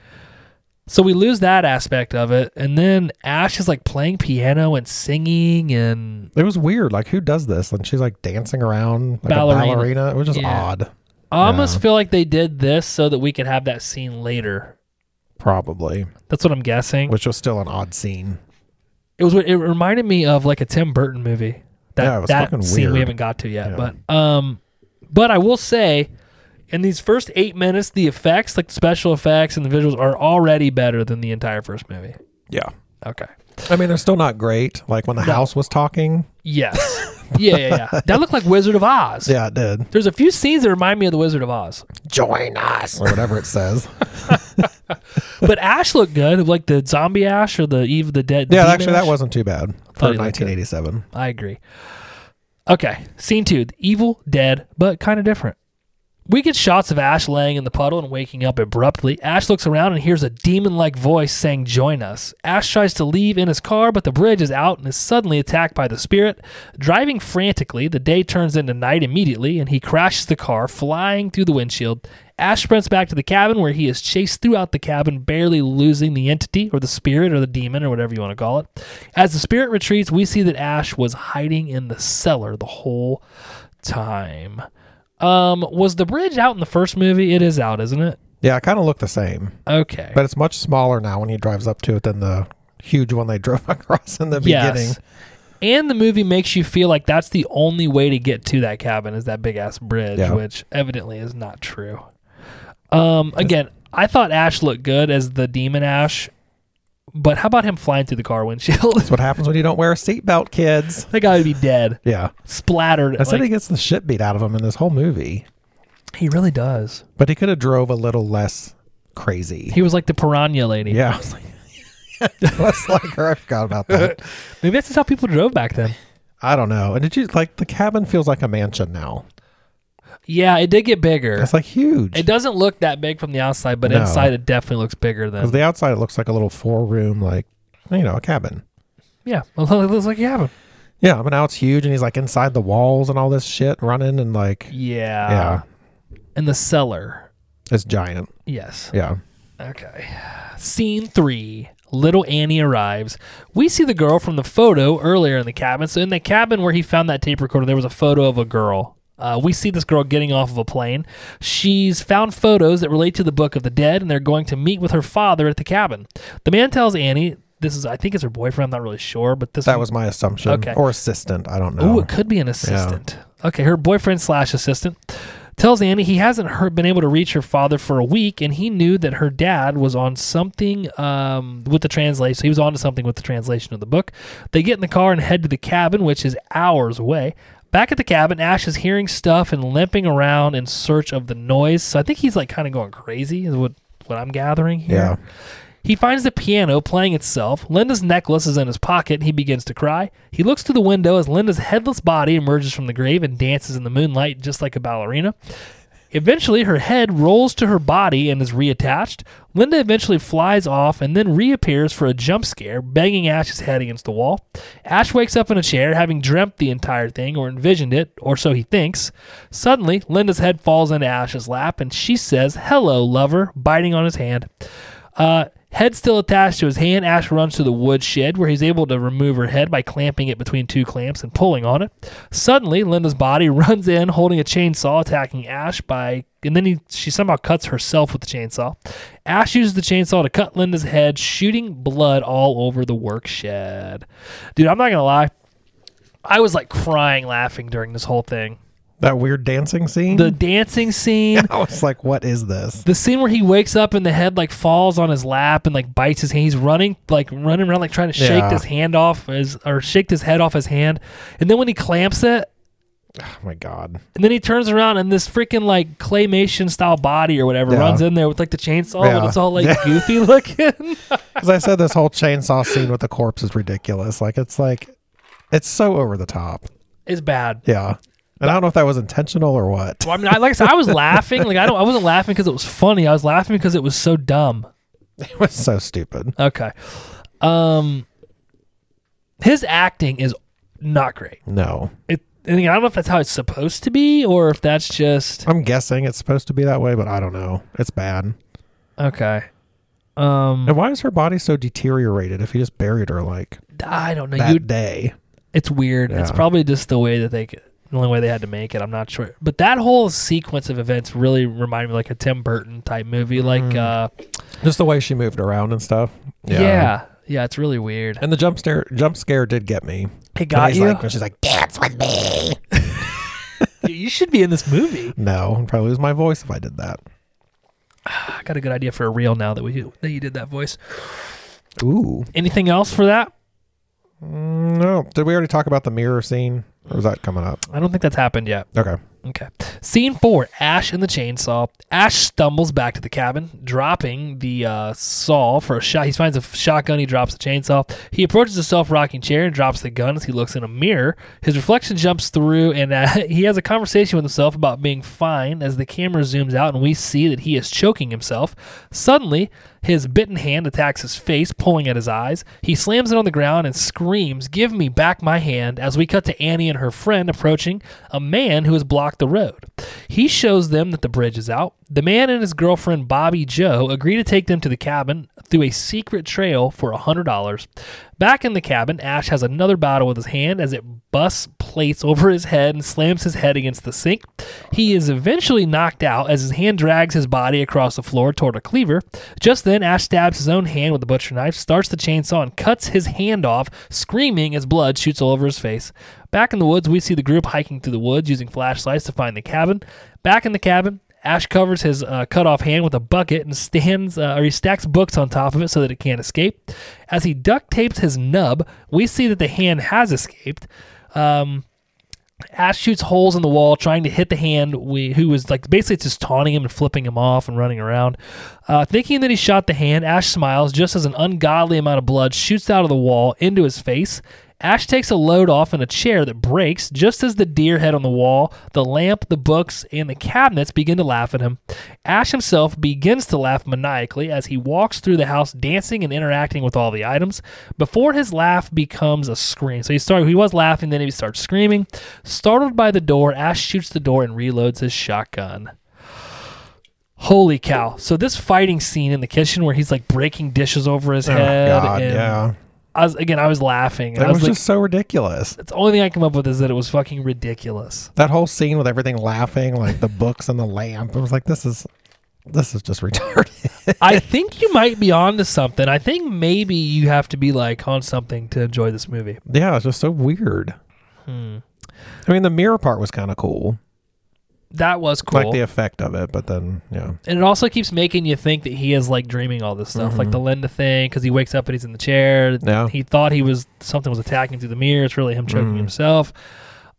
So we lose that aspect of it, and then Ash is like playing piano and singing, and
It was weird. Like, who does this? And she's like dancing around like
Ballerina.
a ballerina. It was just
Yeah.
odd,
I almost
Yeah.
feel like they did this so that we could have that scene later.
probably,
That's what I'm guessing.
which was still an odd scene.
It was. It reminded me of like a Tim Burton movie. That
Yeah, it was
that
fucking
scene we
weird.
haven't got to yet,
Yeah.
but um, but I will say, in these first eight minutes, the effects, like the special effects and the visuals, are already better than the entire first movie.
Yeah.
Okay.
I mean, they're still not great. Like, when the house was talking.
Yes. yeah, yeah, yeah. That looked like Wizard of Oz.
Yeah, it did.
There's a few scenes that remind me of the Wizard of Oz,
Join us. Or whatever it says.
but Ash looked good, like the zombie Ash or the Eve of the Dead.
yeah,
demon
actually, that
Ash.
wasn't too bad
Thought
for
he liked it.
1987.
I agree. Okay, scene two: the evil, dead, but kind of different. We get shots of Ash laying in the puddle and waking up abruptly. Ash looks around and hears a demon like voice saying, Join us. Ash tries to leave in his car, but the bridge is out and is suddenly attacked by the spirit. Driving frantically, the day turns into night immediately and he crashes the car, flying through the windshield. Ash sprints back to the cabin where he is chased throughout the cabin, barely losing the entity or the spirit or the demon or whatever you want to call it. As the spirit retreats, we see that Ash was hiding in the cellar the whole time. Um, was the bridge out in the first movie? It is out, isn't it?
Yeah, it kind of looked the same.
Okay.
But it's much smaller now when he drives up to it than the huge one they drove across in the beginning.
yes. And the movie makes you feel like that's the only way to get to that cabin is that big ass bridge,
Yeah.
which evidently is not true. Um, again, I thought Ash looked good as the demon Ash, but how about him flying through the car windshield?
That's what happens when you don't wear a seatbelt, kids.
that guy would be dead,
Yeah.
splattered.
I said
like-
he gets the shit beat out of him in this whole movie.
he really does.
But he could have drove a little less crazy.
He was like the piranha lady.
yeah. I was like, less like her. I forgot about that.
Maybe that's just how people drove back then.
I don't know. And did you like the cabin feels like a mansion now?
Yeah, it did get bigger.
It's like huge.
It doesn't look that big from the outside, but
No.
inside it definitely looks bigger than.
Because the outside it looks like a little four room, like you know, a cabin.
yeah, well, it looks like you have it.
Yeah, but now it's huge, and he's like inside the walls and all this shit, running and like
Yeah.
yeah,
In the cellar.
it's giant.
Yes.
Yeah,
Okay. Scene three. Little Annie arrives. We see the girl from the photo earlier in the cabin. So in the cabin where he found that tape recorder, there was a photo of a girl. Uh, we see this girl getting off of a plane. She's found photos that relate to the Book of the Dead, and they're going to meet with her father at the cabin. The man tells Annie, "This is, I think it's her boyfriend. I'm not really sure, but this
that was my assumption.
Okay.
or assistant, I don't know.
Oh, it could be an assistant. Okay, her boyfriend slash assistant tells Annie he hasn't heard, been able to reach her father for a week, and he knew that her dad was on something um, with the translation. So he was onto something with the translation of the book. They get in the car and head to the cabin, which is hours away. Back at the cabin, Ash is hearing stuff and limping around in search of the noise. So I think he's like kind of going crazy, is what what I'm gathering here.
yeah,
He finds the piano playing itself. Linda's necklace is in his pocket. and He begins to cry. He looks through the window as Linda's headless body emerges from the grave and dances in the moonlight just like a ballerina. Eventually, her head rolls to her body and is reattached. Linda eventually flies off and then reappears for a jump scare, banging Ash's head against the wall. Ash wakes up in a chair, having dreamt the entire thing or envisioned it, or so he thinks. Suddenly, Linda's head falls into Ash's lap and she says, Hello, lover, biting on his hand. Uh, head still attached to his hand, Ash runs to the woodshed where he's able to remove her head by clamping it between two clamps and pulling on it. Suddenly, Linda's body runs in holding a chainsaw, attacking Ash by. And then he, she somehow cuts herself with the chainsaw. Ash uses the chainsaw to cut Linda's head, shooting blood all over the work shed. Dude, I'm not going to lie. I was like crying laughing during this whole thing.
That weird dancing scene.
The dancing scene,
I was like, what is this?
the scene where he wakes up and the head like falls on his lap and like bites his hand. He's running like running around like trying to shake
Yeah.
his hand off his or shake his head off his hand. And then when he clamps it,
Oh my god.
and then he turns around and this freaking like claymation style body or whatever
Yeah.
runs in there with like the chainsaw and
Yeah.
it's all like
Yeah.
goofy looking.
Because I said this whole chainsaw scene with the corpse is ridiculous. Like it's like, it's so over the top.
it's bad.
Yeah. And I don't know if that was intentional or what.
Well, I mean, I, like I said, I was laughing. Like I don't, I wasn't laughing because it was funny. I was laughing because it was so dumb.
It was so stupid.
Okay. Um, his acting is not great.
No.
It, I mean, I don't know if that's how it's supposed to be or if that's just
I'm guessing it's supposed to be that way, but I don't know. It's bad.
okay. Um,
And why is her body so deteriorated if he just buried her like
I don't know.
that
You,
day?
it's weird. It's
Yeah.
probably just the way that they, c- the only way they had to make it. I'm not sure. But that whole sequence of events really reminded me like a Tim Burton type movie. Like,
Mm-hmm.
uh,
Just the way she moved around and stuff.
yeah. yeah, it's really weird.
And the jump scare jump scare did get me.
It
When
got
he's
you.
Like, when she's like, dance with me.
Dude, you should be in this movie.
No, I'd probably lose my voice if I did that.
Ah, I got a good idea for a reel now that we that you did that voice.
Ooh.
Anything else for that?
Mm, No. Did we already talk about the mirror scene? Or was that coming up?
I don't think that's happened yet.
Okay.
Okay. Scene four Ash and the chainsaw. Ash stumbles back to the cabin, dropping the uh, saw for a shot. He finds a f- shotgun, he drops the chainsaw. He approaches a self rocking chair and drops the gun as he looks in a mirror. His reflection jumps through, and uh, he has a conversation with himself about being fine as the camera zooms out and we see that he is choking himself. Suddenly, his bitten hand attacks his face, pulling at his eyes. He slams it on the ground and screams, Give me back my hand, as we cut to Annie and her friend approaching a man who has blocked the road. He shows them that the bridge is out. The man and his girlfriend, Bobby Joe, agree to take them to the cabin through a secret trail for $100. Back in the cabin, Ash has another battle with his hand as it busts plates over his head and slams his head against the sink. He is eventually knocked out as his hand drags his body across the floor toward a cleaver. Just then, Ash stabs his own hand with the butcher knife, starts the chainsaw, and cuts his hand off, screaming as blood shoots all over his face. Back in the woods, we see the group hiking through the woods using flashlights to find the cabin. Back in the cabin, Ash covers his uh, cut off hand with a bucket and stands, uh, or he stacks books on top of it so that it can't escape. As he duct tapes his nub, we see that the hand has escaped. Um, Ash shoots holes in the wall, trying to hit the hand we, who was like basically just taunting him and flipping him off and running around. Uh, thinking that he shot the hand, Ash smiles just as an ungodly amount of blood shoots out of the wall into his face. Ash takes a load off in a chair that breaks just as the deer head on the wall, the lamp, the books, and the cabinets begin to laugh at him. Ash himself begins to laugh maniacally as he walks through the house, dancing and interacting with all the items. Before his laugh becomes a scream, so he started. He was laughing, then he starts screaming. Startled by the door, Ash shoots the door and reloads his shotgun. Holy cow! So this fighting scene in the kitchen where he's like breaking dishes over his head.
Oh God,
and
yeah.
I was again. I was laughing. And
That
I was,
was
like,
just so ridiculous.
that's the only thing I come up with is that it was fucking ridiculous.
that whole scene with everything laughing, like the books and the lamp. I was like, this is this is just retarded.
I think you might be onto something. I think maybe you have to be like on something to enjoy this movie.
yeah, it's just so weird. I mean, the mirror part was kind of cool,
That was cool.
like the uh, effect of it, but then yeah,
and it also keeps making you think that he is like dreaming all this stuff, like the Linda thing, because he wakes up and he's in the chair.
Mm-hmm. Yeah. Mm-hmm.
He thought he was something was attacking through the mirror. It's really him choking himself.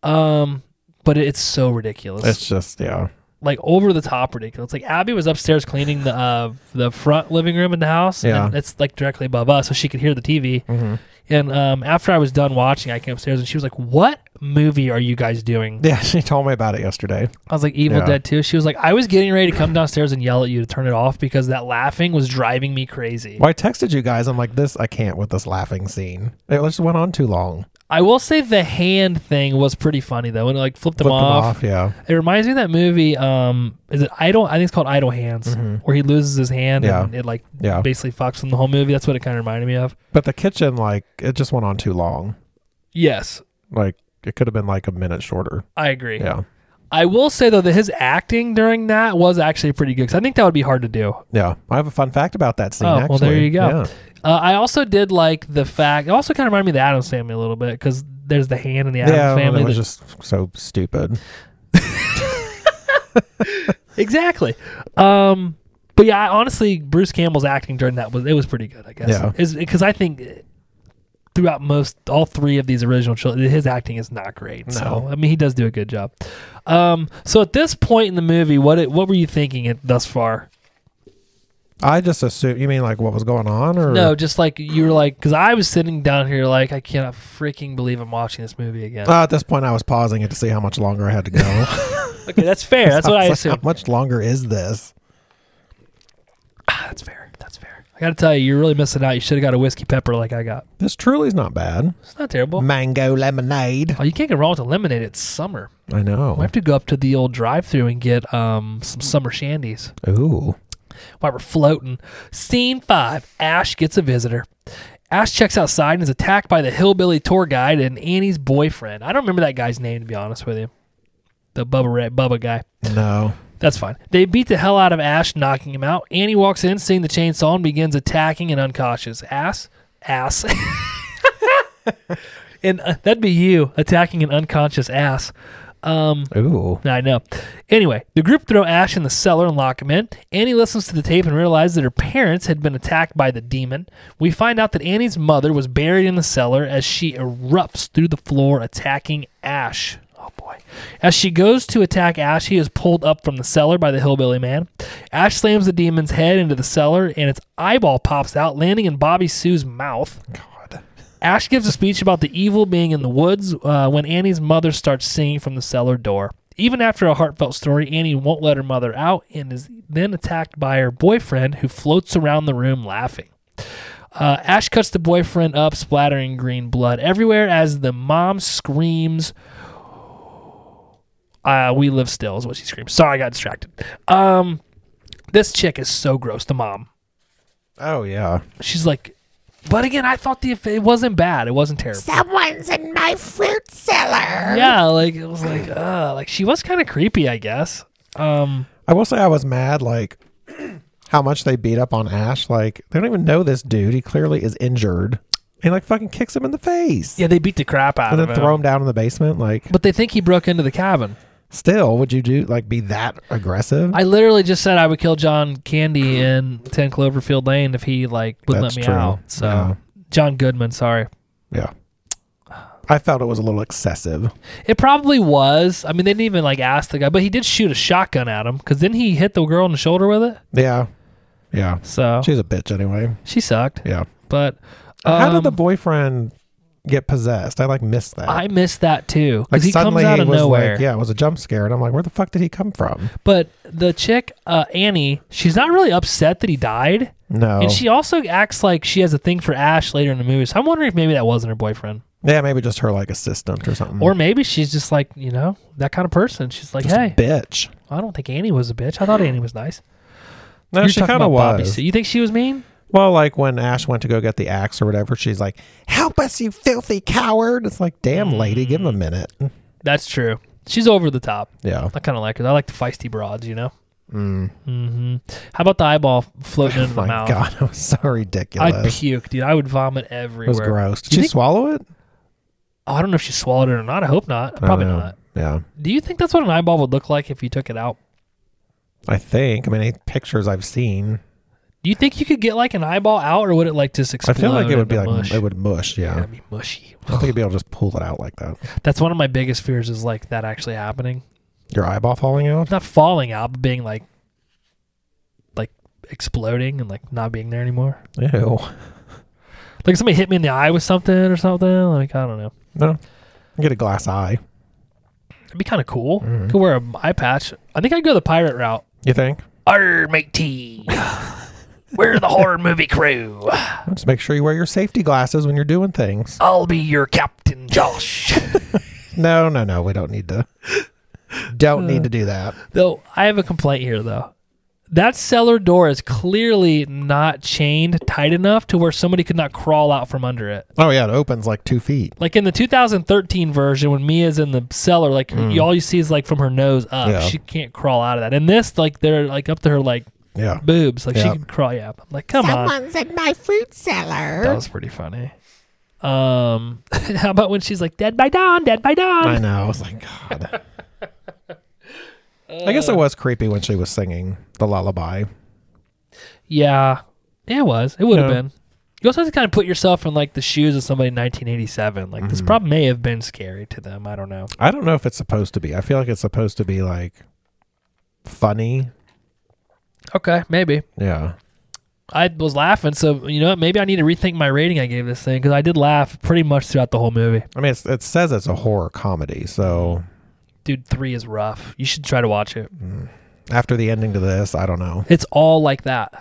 Um, but it's so ridiculous.
it's just yeah.
like over the top ridiculous. Like Abby was upstairs cleaning the uh, the front living room in the house.
Yeah.
and it's like directly above us, so she could hear the TV. And um, after I was done watching, I came upstairs and she was like, "What movie are you guys doing?"
Yeah, she told me about it yesterday.
I was like, "Evil
Yeah.
Dead 2." She was like, "I was getting ready to come downstairs and yell at you to turn it off because that laughing was driving me crazy."
Well, I texted you guys. I'm like, this, I can't with this laughing scene. It just went on too long.
I will say the hand thing was pretty funny though, when it like flipped them,
Flipped them
off.
off. Yeah.
It reminds me of that movie. Um, is it Idle? I think it's called Idle Hands, where he loses his hand
Mm-hmm. Yeah. Oh.
and it like
Yeah.
basically fucks him the whole movie. That's what it kind of reminded me of.
But the kitchen, like, it just went on too long.
Yes,
Like, it could have been like a minute shorter.
I agree.
Yeah.
I will say though that his acting during that was actually pretty good because I think that would be hard to do.
Yeah. I have a fun fact about that scene,
oh
actually.
well, there you go.
Yeah.
Uh, I also did like the fact. It also kind of reminded me of the Adams Family a little bit because there's the hand in the Adams
Yeah,
Family.
it was
that-
just so stupid.
exactly. Um, but yeah, I, honestly, Bruce Campbell's acting during that was it was pretty good. I
Yeah.
guess because I think throughout most all three of these original children, his acting is not great. So
No.
I mean, he does do a good job. Um, so at this point in the movie, what it, what were you thinking it, thus far?
I just assume you mean like what was going on, or
No, just like you were like because I was sitting down here like I cannot freaking believe I'm watching this movie again.
Uh, at this point, I was pausing it to see how much longer I had to go.
okay, that's fair. That's what I
was like,
assumed.
How much longer is this?
Ah, that's fair. That's fair. I got to tell you, you're really missing out. You should have got a whiskey pepper like I got.
This truly is not bad.
It's not terrible.
Mango lemonade.
Oh, you can't get wrong with a lemonade. It's summer.
I
We
know.
have to go up to the old drive-through and get um, some summer shandies
Ooh.
while we're floating. Scene five: Ash gets a visitor. Ash checks outside and is attacked by the hillbilly tour guide and Annie's boyfriend. I don't remember that guy's name to be honest with you. The Bubba Red Bubba guy.
No.
That's fine. They beat the hell out of Ash, knocking him out. Annie walks in, seeing the chainsaw, and begins attacking an unconscious ass. Ass. and uh, that'd be you attacking an unconscious ass. Um,
Ooh.
I know. Anyway, the group throw Ash in the cellar and lock him in. Annie listens to the tape and realizes that her parents had been attacked by the demon. We find out that Annie's mother was buried in the cellar as she erupts through the floor, attacking Ash. Oh boy. As she goes to attack Ash, he is pulled up from the cellar by the hillbilly man. Ash slams the demon's head into the cellar and its eyeball pops out, landing in Bobby Sue's mouth.
God.
Ash gives a speech about the evil being in the woods uh, when Annie's mother starts singing from the cellar door. Even after a heartfelt story, Annie won't let her mother out and is then attacked by her boyfriend, who floats around the room laughing. Uh, Ash cuts the boyfriend up, splattering green blood everywhere as the mom screams, uh, We live still, is what she screams. Sorry, I got distracted. Um, this chick is so gross, the mom
Oh yeah.
she's like, but again, I thought the it wasn't bad. It wasn't terrible.
Someone's in my fruit cellar.
Yeah, like it was like, uh, like she was kind of creepy, I guess. Um,
I will say I was mad like how much they beat up on Ash. Like they don't even know this dude. He clearly is injured. And like fucking kicks him in the face.
yeah, they beat the crap out
And
of
then
him.
throw him down in the basement. Like
but they think he broke into the cabin.
still, would you do like be that aggressive?
I literally just said I would kill John Candy in Ten Cloverfield Lane if he like wouldn't
That's
let me
true.
out. So
Yeah.
John Goodman, sorry.
yeah. I felt it was a little excessive.
It probably was. I mean, they didn't even like ask the guy, but he did shoot a shotgun at him because then he hit the girl in the shoulder with it.
Yeah. Yeah.
So she,
She's a bitch anyway.
sucked.
Yeah.
But
How
um,
did the boyfriend get possessed? I like missed that.
I missed that too
like
because he comes out of
was
nowhere.
like, yeah, it was a jump scare, and I'm like, where the fuck did he come from?
But the chick, uh, Annie, she's not really upset that he died,
No,
and she also acts like she has a thing for Ash later in the movie. So I'm wondering if maybe that wasn't her boyfriend,
yeah, maybe just her like assistant or something,
or maybe she's just like you know that kind of person. She's like,
Hmm. just a
hey,
bitch.
I don't think Annie was a bitch. I thought Annie was nice.
No,
You're
she
talking
kind of
about Bobby
was.
Sue. You think she was mean?
Well, like when Ash went to go get the axe or whatever, she's like, "Help us, you filthy coward!" It's like, damn,
Mm.
lady, give him a minute.
That's true. She's over the top.
Yeah, Mm.
I kind of like her. I like the feisty broads, you know. Mm-hmm. How about the eyeball floating into the
Oh my
mouth?
god, it was so
I'd
ridiculous.
puke, dude. I would vomit
It was
everywhere.
gross. Did
You
she
think-
swallow it?
Oh, I don't know if she swallowed it or not. I hope not. Probably
I don't know.
not.
Yeah,
Do you think that's what an eyeball would look like if you took it out?
I think. I mean, any pictures I've seen,
Do you think you could get like an eyeball out, or would it like just
I
explode?
feel like it would be
into
like
mush?
it would mush. Yeah,
It'd be mushy.
I think it'd be able to just pull it out like that.
That's one of my biggest fears is like that actually happening.
Your eyeball falling out?
Not falling out, but being like, like exploding and like not being there anymore.
Ew.
Like somebody hit me in the eye with something or something. Like I don't know.
No. You get a glass eye.
It'd be kind of cool.
Mm-hmm.
Could wear an eye patch. I think I'd go the pirate route.
You think?
Arr, mate T. We're the horror movie crew.
Just make sure you wear your safety glasses when you're doing things.
I'll be your captain, Josh.
No, no, no. We don't need to. Don't need to do that.
though I have a complaint here, though. That cellar door is clearly not chained tight enough to where somebody could not crawl out from under it.
Oh yeah, it opens like two feet.
Like in the 2013 version, when Mia's in the cellar, like you, all you see is like from her nose up.
Yeah.
She can't crawl out of that. And this, like they're like up to her like
Yeah.
boobs, like she
Yeah.
can crawl. Yeah, I'm like, come on.
Someone's in my fruit
That
cellar.
was pretty funny. Um, how about when she's like dead by dawn, dead by
I
dawn?
know. I was like, God. I guess it was creepy when she was singing the lullaby.
Yeah, yeah, it was. It would have
Yeah.
been. You also have to kind of put yourself in like the shoes of somebody in 1987. Like this problem may have been scary to them. I don't know.
I don't know if it's supposed to be. I feel like it's supposed to be like funny.
Okay, maybe.
Yeah.
I was laughing, so you know what? Maybe I need to rethink my rating I gave this thing because I did laugh pretty much throughout the whole movie.
I mean, it's, it says it's a horror comedy. So
Dude, three is rough. You should try to watch it.
after the ending to this, I don't know.
It's all like that.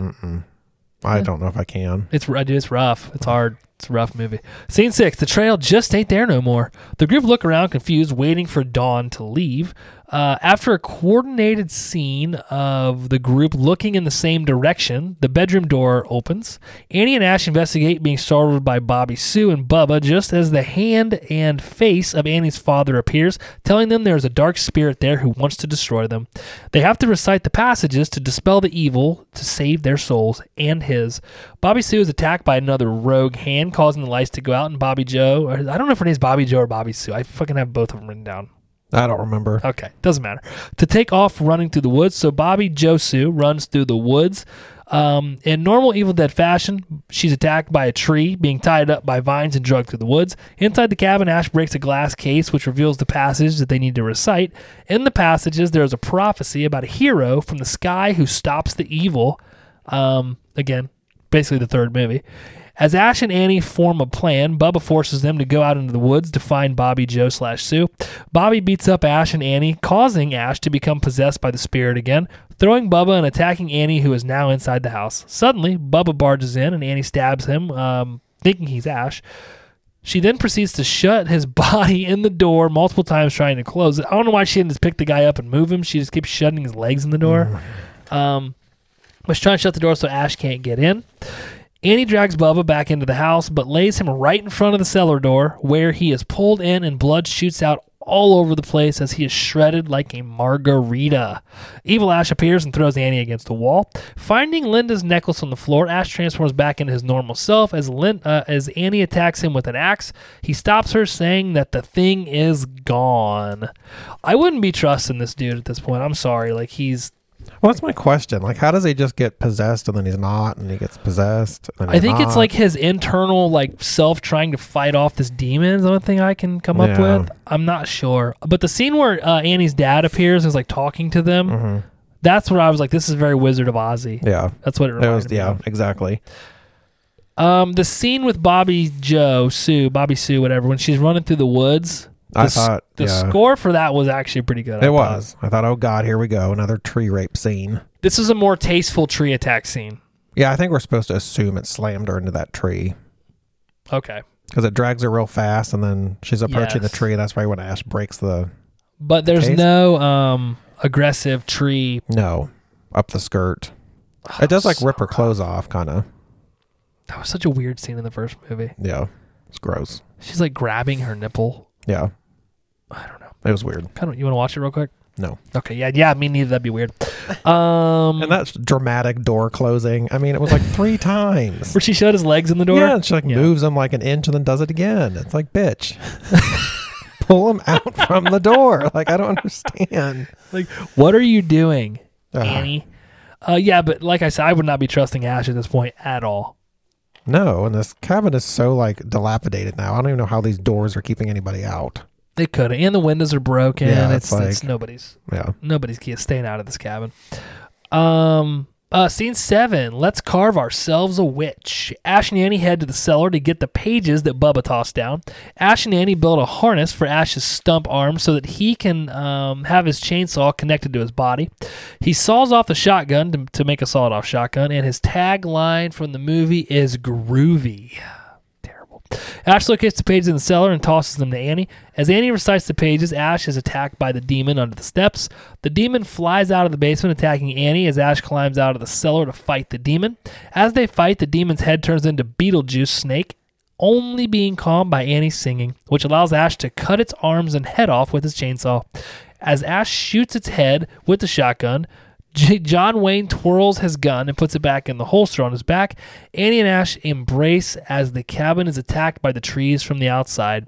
I don't know if I can.
It's I do. It's rough. It's hard. It's a rough movie. Scene six. The trail just ain't there no more. The group look around, confused, waiting for Dawn to leave. Uh, after a coordinated scene of the group looking in the same direction, the bedroom door opens. Annie and Ash investigate, being startled by Bobby Sue and Bubba just as the hand and face of Annie's father appears, telling them there is a dark spirit there who wants to destroy them. They have to recite the passages to dispel the evil to save their souls and his. Bobby Sue is attacked by another rogue hand, causing the lights to go out, and Bobby Joe, or I don't know if her name's Bobby Joe or Bobby Sue. I fucking have both of them written down.
I don't remember.
Okay, doesn't matter. To take off running through the woods, so Bobby Josu runs through the woods. Um, in normal Evil Dead fashion, she's attacked by a tree, being tied up by vines and drugged through the woods. Inside the cabin, Ash breaks a glass case, which reveals the passage that they need to recite. In the passages, there is a prophecy about a hero from the sky who stops the evil. Um, again, basically the third movie. As Ash and Annie form a plan, Bubba forces them to go out into the woods to find Bobby Joe slash Sue. Bobby beats up Ash and Annie, causing Ash to become possessed by the spirit again, throwing Bubba and attacking Annie, who is now inside the house. Suddenly, Bubba barges in and Annie stabs him, um, thinking he's Ash. She then proceeds to shut his body in the door multiple times, trying to close it. I don't know why she didn't just pick the guy up and move him. She just keeps shutting his legs in the door. Um, but she's trying to shut the door so Ash can't get in. Annie drags Bubba back into the house, but lays him right in front of the cellar door, where he is pulled in and blood shoots out all over the place as he is shredded like a margarita. Evil Ash appears and throws Annie against the wall. Finding Linda's necklace on the floor, Ash transforms back into his normal self as Lin- uh, as Annie attacks him with an axe. He stops her, saying that the thing is gone. I wouldn't be trusting this dude at this point. I'm sorry, like he's
Well, that's my question. Like, how does he just get possessed and then he's not, and he gets possessed? And then
I
he's
think it's
not?
like his internal like self trying to fight off this demon is the only thing I can come up
Yeah.
with. I'm not sure, but the scene where uh, Annie's dad appears and is like talking to them, that's where I was like, this is very Wizard of Ozzy.
Mm. Mm-hmm. yeah.
That's what it
It
reminded
was
me
yeah,
of.
exactly.
Um, the scene with Bobby Joe Sue, Bobby Sue, whatever, when she's running through the woods.
I
the s-
thought
the
yeah.
score for that was actually pretty good. I
It
thought.
was. I thought, oh god, here we go, another tree rape scene.
This is a more tasteful tree attack scene.
Yeah, I think we're supposed to assume it slammed her into that tree
Okay.
because it drags her real fast, and then she's approaching
Yes.
the tree. That's right when Ash breaks the
But there's
Taste-
no um aggressive tree.
no up the skirt. It does like rip her clothes off, kind of.
That was such a weird scene in the first movie.
Yeah, it's gross.
She's like grabbing her nipple.
Yeah,
I don't know.
it was weird.
Kind of. You want to watch it real quick?
No,
Okay. Yeah. Yeah. Me neither. That'd be weird. Um,
and that's dramatic door closing. I mean, it was like three times.
where she showed his legs in the door.
Yeah, and she like
Yeah.
moves him like an inch and then does it again. It's like, bitch, pull him out from the door. Like, I don't understand.
Like, what are you doing,
Ugh.
Annie? Uh, yeah, but like I said, I would not be trusting Ash at this point at all.
No, and this cabin is so like dilapidated now. I don't even know how these doors are keeping anybody out.
They could, and the windows are broken.
Yeah,
it's
it's
it's
like-
nobody's
Yeah.
nobody's key is staying out of this cabin. Um, uh, scene seven. Let's carve ourselves a witch. Ash and Annie head to the cellar to get the pages that Bubba tossed down. Ash and Annie build a harness for Ash's stump arm so that he can um, have his chainsaw connected to his body. He saws off the shotgun to, to make a sawed off shotgun, and his tagline from the movie is groovy. Terrible. Ash locates the pages in the cellar and tosses them to Annie. As Annie recites the pages, Ash is attacked by the demon under the steps. The demon flies out of the basement, attacking Annie as Ash climbs out of the cellar to fight the demon. As they fight, the demon's head turns into Beetlejuice Snake, only being calmed by Annie's singing, which allows Ash to cut its arms and head off with his chainsaw. As Ash shoots its head with the shotgun, J- John Wayne twirls his gun and puts it back in the holster on his back. Annie and Ash embrace as the cabin is attacked by the trees from the outside.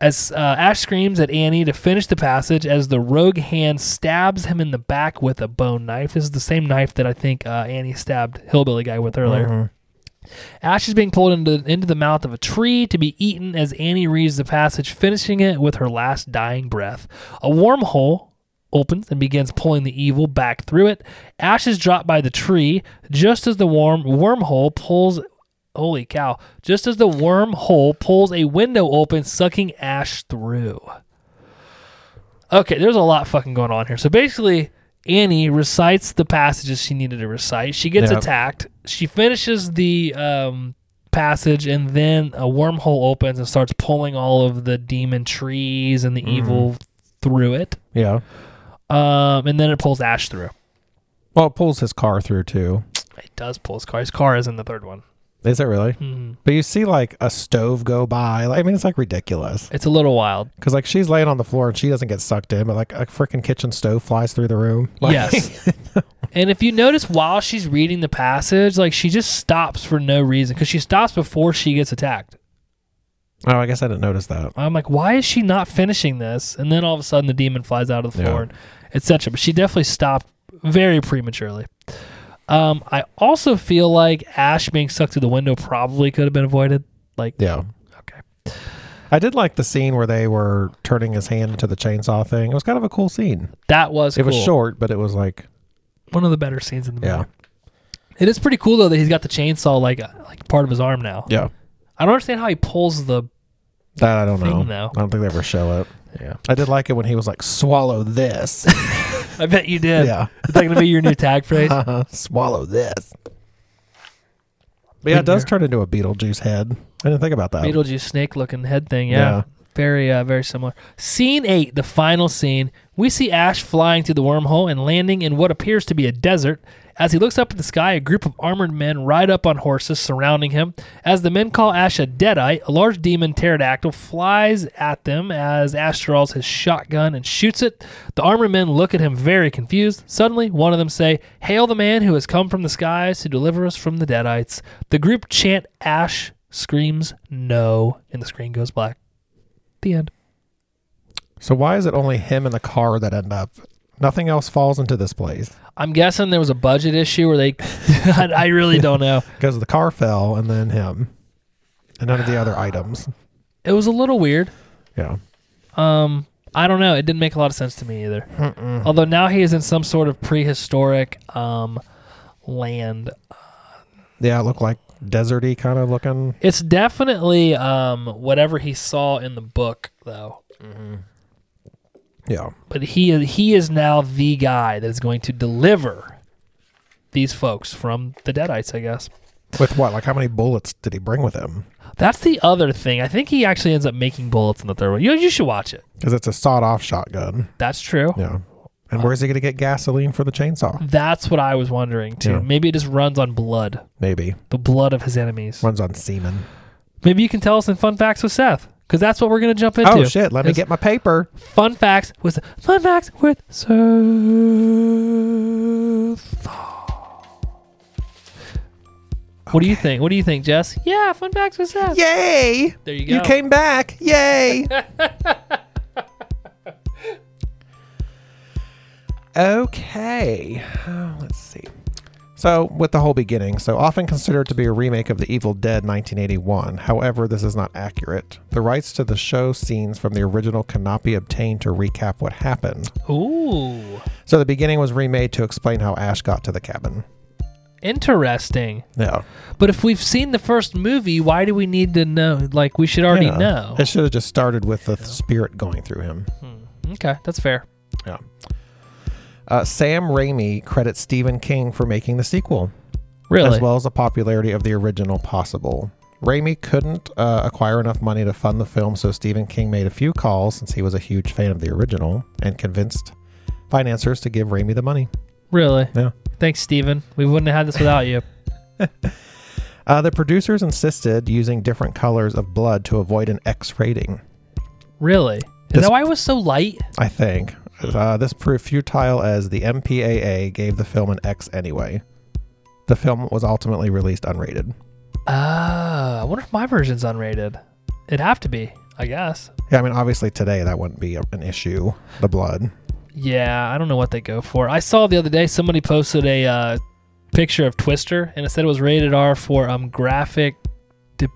As uh, Ash screams at Annie to finish the passage, as the rogue hand stabs him in the back with a bone knife. This is the same knife that I think uh, Annie stabbed Hillbilly Guy with earlier.
Mm-hmm.
Ash is being pulled into, into the mouth of a tree to be eaten as Annie reads the passage, finishing it with her last dying breath. A wormhole opens and begins pulling the evil back through it. Ash is dropped by the tree just as the worm wormhole pulls. Holy cow! Just as the wormhole pulls a window open, sucking Ash through. Okay, there's a lot fucking going on here. So basically, Annie recites the passages she needed to recite. She gets
Yeah.
attacked. She finishes the um, passage, and then a wormhole opens and starts pulling all of the demon trees and the evil through it.
Yeah.
Um, and then it pulls Ash through.
Well, it pulls his car through too.
It does pull his car. His car is in the third one.
Is it really?
Mhm.
But you see like a stove go by. Like, I mean, it's like ridiculous.
It's a little wild.
Because like she's laying on the floor and she doesn't get sucked in, but like a freaking kitchen stove flies through the room. Like,
yes. and if you notice, while she's reading the passage, like she just stops for no reason because she stops before she gets attacked.
oh, I guess I didn't notice that.
I'm like, why is she not finishing this? And then all of a sudden, the demon flies out of the
Yeah.
floor, and etc. But she definitely stopped very prematurely. Um, I also feel like Ash being sucked through the window probably could have been avoided. Like,
Yeah.
okay,
I did like the scene where they were turning his hand into the chainsaw thing. It was kind of a cool scene.
that was
It was
cool.
short, but it was like,
One of the better scenes in the movie.
yeah.
It is pretty cool though that he's got the chainsaw like uh, like part of his arm now.
Yeah.
I don't understand how he pulls the.
That I don't know.
Thing, though.
I don't think they ever show it.
Yeah,
I did like it when he was like, swallow this.
I bet you did.
yeah.
Is that gonna be your new tag phrase?
Uh-huh. Swallow this. But yeah, it does turn into a Beetlejuice head. I didn't think about that.
Beetlejuice snake looking head thing. Yeah.
Yeah.
Very, uh, very similar. Scene eight, the final scene. We see Ash flying through the wormhole and landing in what appears to be a desert. As he looks up at the sky, a group of armored men ride up on horses surrounding him. As the men call Ash a deadite, a large demon pterodactyl flies at them as Ash draws his shotgun and shoots it. The armored men look at him very confused. Suddenly, one of them say, Hail the man who has come from the skies to deliver us from the deadites. The group chant Ash screams no, and the screen goes black. The end.
So why is it only him and the car that end up? Nothing else falls into this place
I'm guessing there was a budget issue where they. I I really don't know.
because the car fell and then him, and none of the other items.
It was a little weird.
Yeah.
Um, I don't know. It didn't make a lot of sense to me either. Although now he is in some sort of prehistoric um land.
Yeah, it looked like deserty kind of looking.
It's definitely um whatever he saw in the book though.
Yeah.
But he he is now the guy that is going to deliver these folks from the deadites, I guess.
With what? Like how many bullets did he bring with him?
That's the other thing. I think he actually ends up making bullets in the third one. You, you should watch it.
Because it's a sawed-off shotgun.
That's true.
Yeah. And where's he going to get gasoline for the chainsaw?
That's what I was wondering too.
Yeah.
Maybe it just runs on blood,
Maybe
the blood of his enemies.
runs on semen.
Maybe you can tell us in fun facts with Seth, because that's what we're gonna jump into.
Oh shit! Let me
It's
get my paper.
fun facts with fun facts with Seth. What do you think? What do you think, Jess? Yeah, fun facts with Seth.
Yay!
There you go.
You came back. Yay. okay. Oh, let's Uh, see. So, with the whole beginning, so often considered to be a remake of The Evil Dead 1981. However, this is not accurate. The rights to the show scenes from the original cannot be obtained to recap what happened.
Ooh,
So, the beginning was remade to explain how Ash got to the cabin.
interesting.
Yeah.
But if we've seen the first movie, why do we need to know? Like, we should already
Yeah.
know.
It should have just started with the spirit going through him.
Okay, that's fair.
Yeah. Uh, Sam Raimi credits Stephen King for making the sequel,
Really?
as well as the popularity of the original possible. Raimi couldn't uh, acquire enough money to fund the film, so Stephen King made a few calls since he was a huge fan of the original and convinced financiers to give Raimi the money.
Really?
Yeah.
Thanks, Steven. We wouldn't have had this without you.
Uh, the producers insisted using different colors of blood to avoid an X rating.
Really? Is
This-
that why it was so light?
I think. Uh, this proved futile as the MPAA gave the film an X anyway. The film was ultimately released unrated.
Oh, I wonder if my version's unrated. It'd have to be, I guess.
Yeah, I mean, obviously today that wouldn't be a- an issue. The blood.
Yeah, I don't know what they go for. I saw the other day somebody posted a uh, picture of Twister, and it said it was rated R for um graphic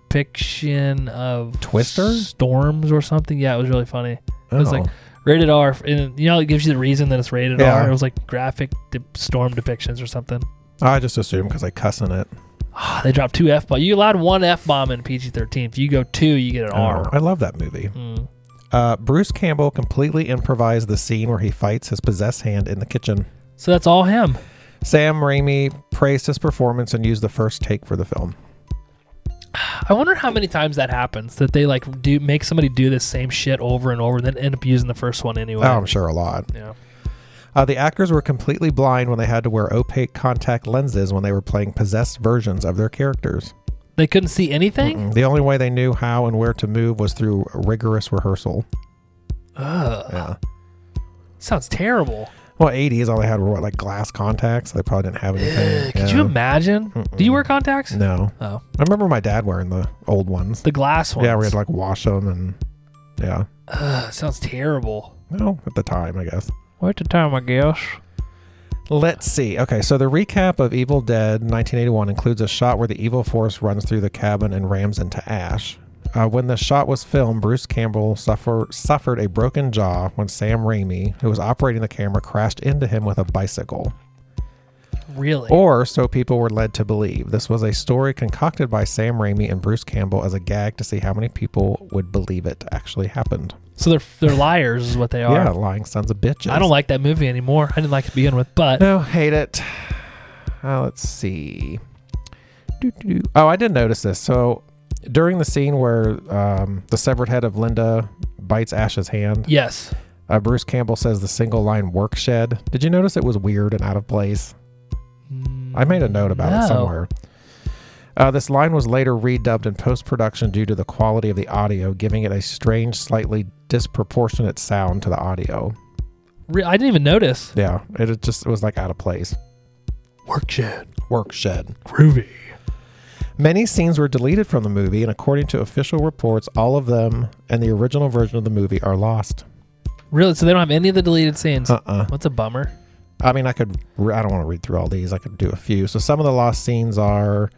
depiction of
Twister?
storms or something. Yeah, it was really funny. It was
Oh.
like rated R, f- and you know it gives you the reason that it's rated
Yeah.
R. It was like graphic de- storm depictions or something.
I just assume because I cuss in it.
Ah, they dropped two F bomb. You allowed one F bomb in PG thirteen. If you go two, you get an
Oh,
R.
I love that movie.
Mm.
Uh, Bruce Campbell completely improvised the scene where he fights his possessed hand in the kitchen.
So that's all him.
Sam Raimi praised his performance and used the first take for the film.
I wonder how many times that happens that they like do make somebody do the same shit over and over, and then end up using the first one anyway.
Oh, I'm sure a lot.
Yeah.
Uh, the actors were completely blind when they had to wear opaque contact lenses when they were playing possessed versions of their characters.
They couldn't see anything.
The only way they knew how and where to move was through rigorous rehearsal.
Ugh,
Yeah.
sounds terrible.
Well, 80s, all they had were what, like glass contacts. They probably didn't have anything.
Ugh, could
Yeah.
you imagine? Do you wear contacts?
No.
Oh,
I remember my dad wearing the old ones.
the glass ones.
Yeah, we had to like wash them and yeah.
Ugh, sounds terrible.
No, at the time, I guess.
Wait the time, I guess.
Let's see. Okay, so the recap of Evil Dead 1981 includes a shot where the evil force runs through the cabin and rams into Ash. Uh, when the shot was filmed, Bruce Campbell suffer, suffered a broken jaw when Sam Raimi, who was operating the camera, crashed into him with a bicycle.
Really?
Or so people were led to believe. This was a story concocted by Sam Raimi and Bruce Campbell as a gag to see how many people would believe it actually happened.
So they're they're liars, is what they are.
Yeah, lying sons of bitches.
I don't like that movie anymore. I didn't like it to begin with, but
No, hate it. Uh, let's see. Doo-doo-doo. Oh, I did notice this. So during the scene where um, the severed head of Linda bites Ash's hand,
yes,
uh, Bruce Campbell says the single line work shed. Did you notice it was weird and out of place? I made a note about
No.
it somewhere. Uh, this line was later redubbed in post production due to the quality of the audio, giving it a strange, slightly disproportionate sound to the audio.
Re- I didn't even notice.
Yeah, it it just it was like out of place.
Workshed,
Work shed.
groovy.
Many scenes were deleted from the movie, and according to official reports, all of them and the original version of the movie are lost.
Really? So they don't have any of the deleted scenes.
Uh uh
What's a bummer?
I mean, I could, re- I don't want to read through all these. I could do a few. So some of the lost scenes are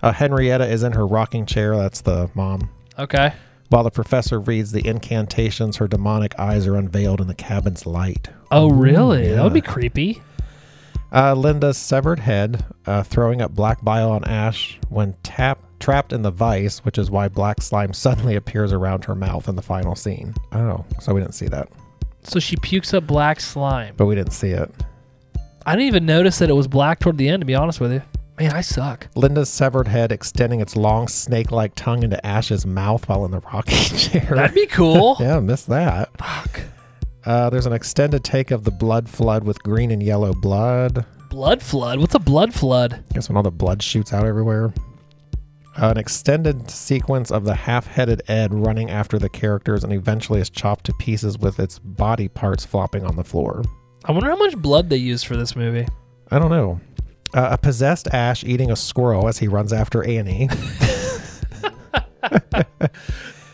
uh, Henrietta is in her rocking chair. That's the mom.
Okay.
While the professor reads the incantations, her demonic eyes are unveiled in the cabin's light.
Oh, really? That
yeah.
would be creepy.
Uh, Linda's severed head, uh, throwing up black bile on Ash when tap, trapped in the vice, which is why black slime suddenly appears around her mouth in the final scene. Oh, so we didn't see that,
So she pukes up black slime.
but we didn't see it.
I didn't even notice that it was black toward the end. To be honest with you, man, I suck.
Linda's severed head extending its long snake like tongue into Ash's mouth while in the rocking chair.
That'd be cool.
yeah, missed that.
Fuck.
Uh, there's an extended take of the blood flood with green and yellow blood.
Blood flood. What's a blood flood?
guess when all the blood shoots out everywhere. An extended sequence of the half headed Ed running after the characters and eventually is chopped to pieces with its body parts flopping on the floor.
I wonder how much blood they used for this movie.
I don't know. Uh, a possessed Ash eating a squirrel as he runs after Annie.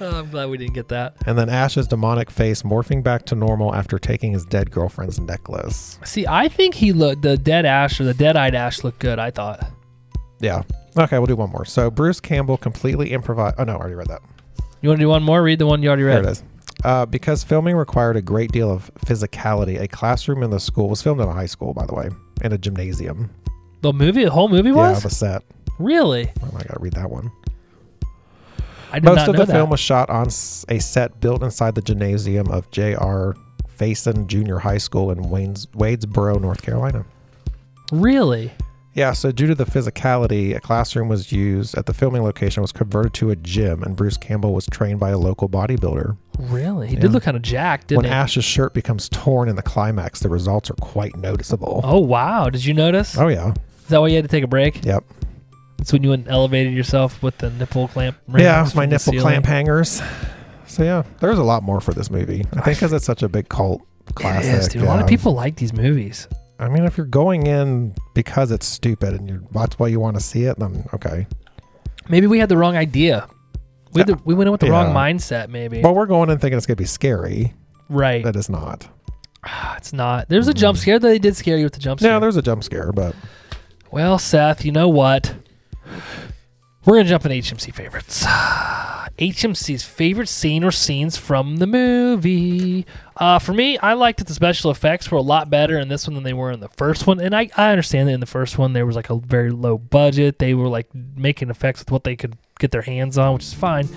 Oh, I'm glad we didn't get that.
and then Ash's demonic face morphing back to normal after taking his dead girlfriend's necklace.
See, I think he looked the dead ash or the dead eyed ash looked good. I thought.
Yeah. Okay, we'll do one more. So Bruce Campbell completely improvised. Oh no, I already read that.
You want to do one more? Read the one you already
There
read.
it is. Uh, because filming required a great deal of physicality, a classroom in the school was filmed in a high school, by the way, in a gymnasium.
The movie, the whole movie
Yeah,
was
the set.
really.
Oh, I gotta read that one.
I did
Most
not
of
know
the
that.
film was shot on s- a set built inside the gymnasium of J.R. Faison Junior High School in Waynes, Wadesboro, North Carolina.
really.
Yeah, so due to the physicality, a classroom was used at the filming location was converted to a gym, and Bruce Campbell was trained by a local bodybuilder.
Really? He
Yeah.
did look kind of jacked, didn't
when
he?
Ash's shirt becomes torn in the climax, the results are quite noticeable.
oh, wow. Did you notice?
Oh, yeah.
Is that why you had to take a break?
Yep.
That's when you went and elevated yourself with the nipple clamp.
yeah,
rings
my
from the
nipple
ceiling.
clamp hangers. So, yeah, there's a lot more for this movie. I think because it's such a big cult
It
classic.
is, dude. A lot of
yeah.
people like these movies.
I mean, if you're going in because it's stupid and you're, that's why you want to see it, then okay.
Maybe we had the wrong idea. We, had the, we went in with the wrong
Yeah.
mindset, maybe.
But we're going in thinking it's going to be scary.
right. Ah,
That Mm-hmm. is not.
It's not. There's a jump scare that they did scare you with the jump scare.
Yeah, there's a jump scare, but
well, Seth, you know what? We're gonna jump in HMC favorites. HMC's favorite scene or scenes from the movie. Uh, for me, I liked that the special effects were a lot better in this one than they were in the first one. And I, I understand that in the first one there was like a very low budget. They were like making effects with what they could get their hands on, which is fine.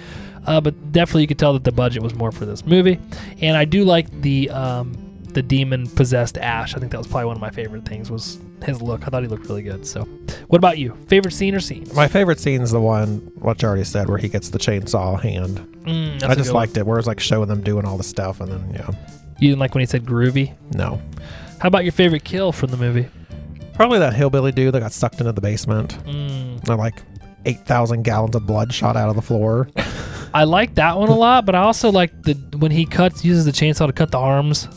Uh, but definitely you could tell that the budget was more for this movie. And I do like the um, the demon possessed Ash. I think that was probably one of my favorite things was his look. I thought he looked really good. So, what about you? Favorite scene or scenes?
my favorite scene's the one, what you already said, where he gets the chainsaw hand.
Mm, that's
I
a
just
good one.
liked it, where it's like showing them doing all the stuff, and then, yeah,
You didn't like when he said groovy.
no.
How about your favorite kill from the movie?
Probably that hillbilly dude that got sucked into the basement.
Mm,
I like 8,000 gallons of blood shot out of the floor.
I like that one a lot, but I also like the when he cuts uses the chainsaw to cut the arms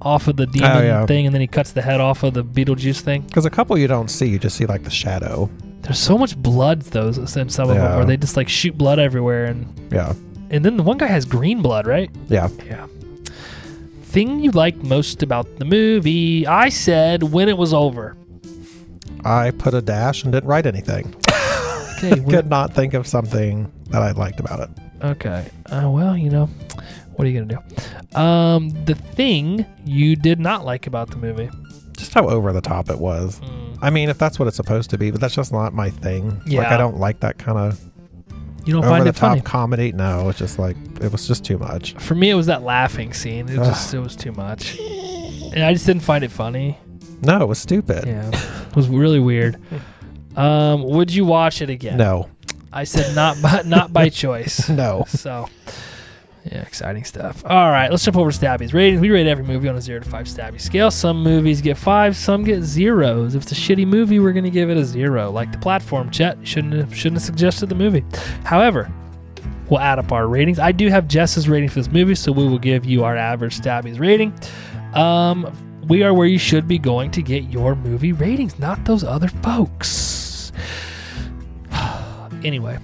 off of the demon
Oh, yeah.
thing, and then he cuts the head off of the Beetlejuice thing.
Because a couple you don't see, you just see like the shadow.
There's so much blood though in some of them
Yeah.
where they just like shoot blood everywhere, and
Yeah.
and then the one guy has green blood, right?
Yeah.
Yeah. Thing you liked most about the movie? I said when it was over.
I put a dash and didn't write anything.
Okay. when-
Could not think of something that I liked about it.
okay. Uh, well, you know, what are you gonna do? Um, the thing you did not like about the movie.
Just how over the top it was. I mean, if that's what it's supposed to be, but that's just not my thing. Like,
Yeah.
I don't like that kind of
You don't
over
find
the
it
top
funny.
comedy. No, it's just like, it was just too much.
For me, it was that laughing scene. It
Ugh.
just it was too much, and I just didn't find it funny.
No, it was stupid.
Yeah, it was really weird. Um, would you watch it again?
No,
I said not by not by choice.
no.
So, yeah, exciting stuff. All right, let's jump over to Stabby's ratings. We rate every movie on a zero to five Stabby scale. Some movies get fives, some get zeros. If it's a shitty movie, we're gonna give it a zero. Like the platform, Chet shouldn't have, shouldn't have suggested the movie. However, we'll add up our ratings. I do have Jess's rating for this movie, so we will give you our average Stabby's rating. Um, we are where you should be going to get your movie ratings, not those other folks. anyway.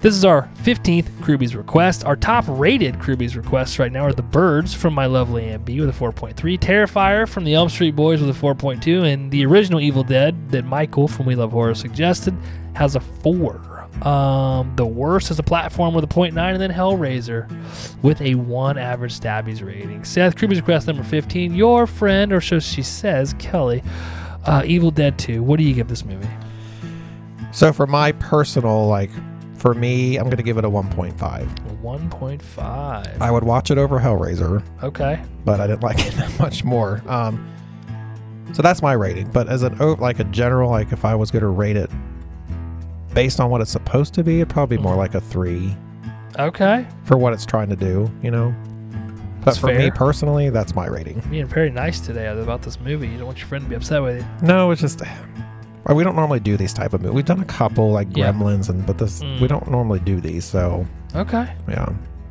This is our 15th Kruby's Request. Our top rated Kruby's Requests right now are The Birds from My Lovely Aunt B with a 4.3, Terrifier from the Elm Street Boys with a 4.2, and the original Evil Dead that Michael from We Love Horror suggested has a 4. Um, the worst is The Platform with a 0.9, and then Hellraiser with a 1 average Stabby's rating. Seth, Kruby's Request number 15, your friend, or so she says, Kelly, uh, Evil Dead 2. What do you give this movie?
So, for my personal, like, for me, I'm going to give it a 1.5.
1.5.
I would watch it over Hellraiser.
Okay.
but I didn't like it that much more. Um, so that's my rating. But as an o- like a general, like if I was going to rate it based on what it's supposed to be, it'd probably be more like a three
Okay.
for what it's trying to do. You know. But
That's
for me
fair.
personally, that's my rating.
being very nice today about this movie. You don't want your friend to be upset with you.
No, it's just well, we don't normally do these type of movies. We've done a couple like
Yeah.
Gremlins, and but this
Mm.
we don't normally do these. So
Okay.
yeah,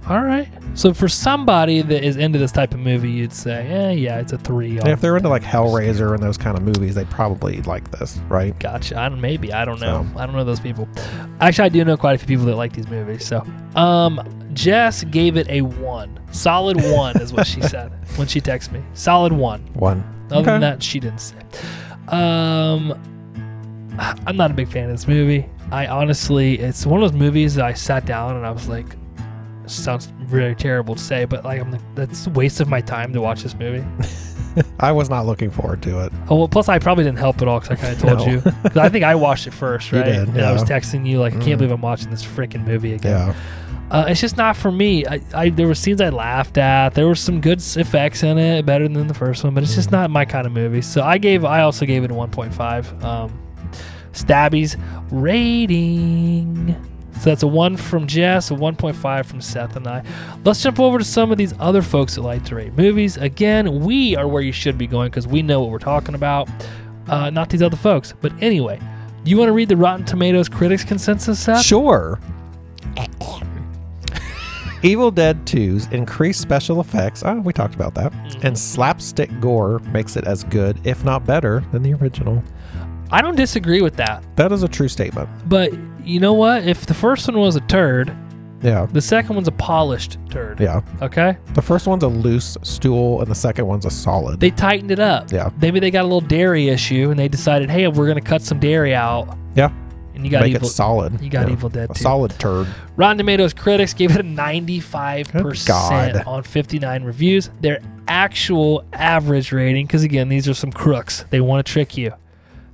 All right. So for somebody that is into this type of movie, you'd say, eh, yeah, it's a three. on-
if they're into like Hellraiser and those kind of movies, they probably like this, right?
Gotcha. I don't, maybe I don't know. I don't know those people. Actually, I do know quite a few people that like these movies. So, um, Jess gave it a one. Solid one is what she said when she texted me. Solid one.
One.
Other
Okay.
than that, she didn't say. Um, I'm not a big fan of this movie. I honestly, it's one of those movies that I sat down and I was like, sounds really terrible to say, but like, I'm like, that's a waste of my time to watch this movie.
I was not looking forward to it.
Oh well, plus I probably didn't help at all because I kind of told
No.
you. 'Cause I think I watched it first,
You
right?
did,
and I was
yeah.
texting you like, I can't
Mm.
believe I'm watching this freaking movie again.
Yeah.
Uh, it's just not for me. I, I there were scenes I laughed at. There were some good s- effects in it, better than the first one, but it's just not my kind of movie. So I gave. I also gave it a 1.5. Um, Stabby's rating. So that's a one from Jess, a 1.5 from Seth and I. Let's jump over to some of these other folks that like to rate movies. Again, we are where you should be going because we know what we're talking about. Uh, not these other folks, but anyway, you want to read the Rotten Tomatoes critics consensus, Seth?
Sure. Evil Dead 2's increased special effects, oh, we talked about that,
Mm.
and slapstick gore makes it as good, if not better, than the original.
I don't disagree with that.
That is a true statement.
But you know what? If the first one was a turd,
Yeah.
the second one's a polished turd.
Yeah.
Okay?
The first one's a loose stool, and the second one's a solid.
They tightened it up.
Yeah.
Maybe they got a little dairy issue and they decided, hey, we're going to cut some dairy out.
yeah.
And you got
Make
Evil.
it solid.
you got
Yeah.
Evil Dead
A
2.
solid turd.
Rotten Tomatoes critics gave it a 95%
God.
on 59 reviews. Their actual average rating, because again, these are some crooks. They want to trick you.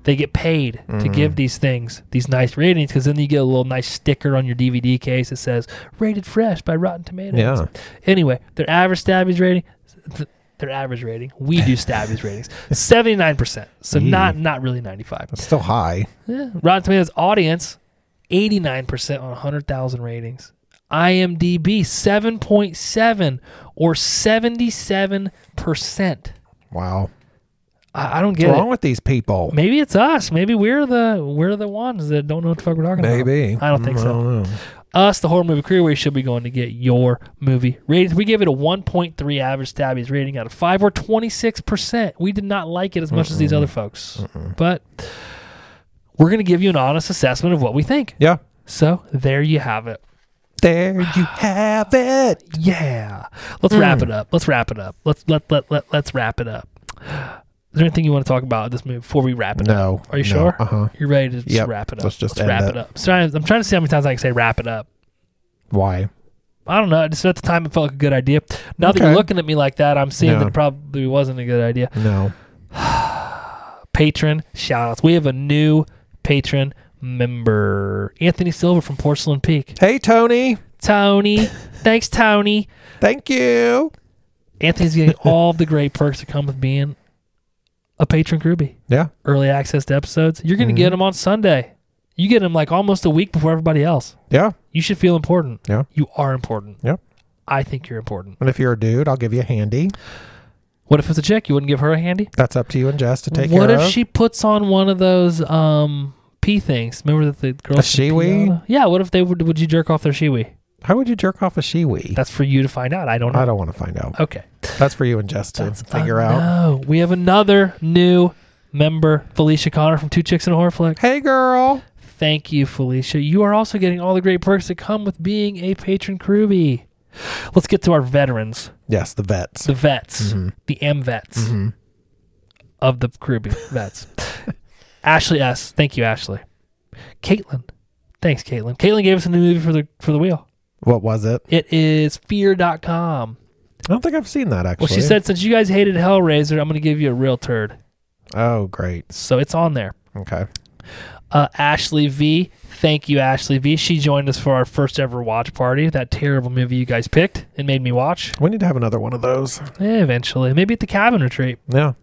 They get paid
Mm-hmm.
to give these things these nice ratings because then you get a little nice sticker on your DVD case that says "Rated Fresh" by Rotten Tomatoes.
Yeah.
Anyway, their average Stabby's rating, th- their average rating, we do Stabby's ratings, seventy nine percent. So not not really ninety five.
It's still high.
Yeah. Rotten Tomatoes audience, 89% on 100,000 ratings. IMDb, 7.7 or 77%.
Wow.
I, I don't get
What's wrong
it.
with these people?
Maybe it's us. Maybe we're the we're the ones that don't know what the fuck we're talking about.
Maybe.
I don't think
Mm,
so.
don't know.
Us, the horror movie crew, where you should be going to get your movie ratings. We gave it a 1.3 average Stabby's rating out of five or 26%. We did not like it as much as these other folks. But we're going to give you an honest assessment of what we think.
Yeah.
So there you have it.
There you have it.
Yeah. Let's
Hmm.
wrap it up. Let's wrap it up. Let's let let let let's wrap it up. Is there anything you want to talk about this movie before we wrap it up?
No.
Are you
no.
sure?
Uh huh.
You're ready to just
Yep.
wrap it up.
Let's just
Let's
end
wrap
it.
it, up. I'm trying, I'm trying to see how many times I can say wrap it up.
Why?
I don't know. I just at the time it felt like a good idea. Now that
Okay.
you're looking at me like that, I'm seeing
Yeah.
that it probably wasn't a good idea.
No.
Patron shout outs. We have a new patron member. Anthony Silver from Porcelain Peak.
Hey, Tony.
Tony. Thanks, Tony.
Thank you.
Anthony's getting all the great perks that come with being a patron groupie.
Yeah.
Early access to episodes. You're going to
Mm-hmm.
get them on Sunday. You get them like almost a week before everybody else.
Yeah.
You should feel important.
Yeah.
You are important.
Yep.
I think you're important.
And if you're a dude, I'll give you a handy.
What if it's a chick? You wouldn't give her a handy?
That's up to you and Jess to take
what
care
if
of.
she puts on one of those um pee things? Remember that the girls can
A
pee
shiwi?
on a- Yeah, what if they would would you jerk off their shiwi?
How would you jerk off a shiwi?
That's for you to find out. I don't know.
I don't want to find out.
okay.
That's for you and Jess to figure
Uh,
out.
No. We have another new member, Felicia Connor from Two Chicks and a Horror Flick.
Hey, girl.
Thank you, Felicia. You are also getting all the great perks that come with being a patron crewbie. Let's get to our veterans,
Yes, the vets.
the vets,
Mm-hmm.
the M vets of the crewbie vets. Ashley S. Thank you, Ashley. Caitlin. Thanks, Caitlin. Caitlin gave us a new movie for the for the wheel.
What was it?
It is fear.com.
I don't think I've seen that actually.
Well, she said, since you guys hated Hellraiser, I'm going to give you a real turd.
Oh, great.
So it's on there.
Okay.
uh, Ashley V. Thank you, Ashley V. She joined us for our first ever watch party. That terrible movie you guys picked and made me watch.
We need to have another one of those.
Eh, eventually, maybe at the cabin retreat.
Yeah.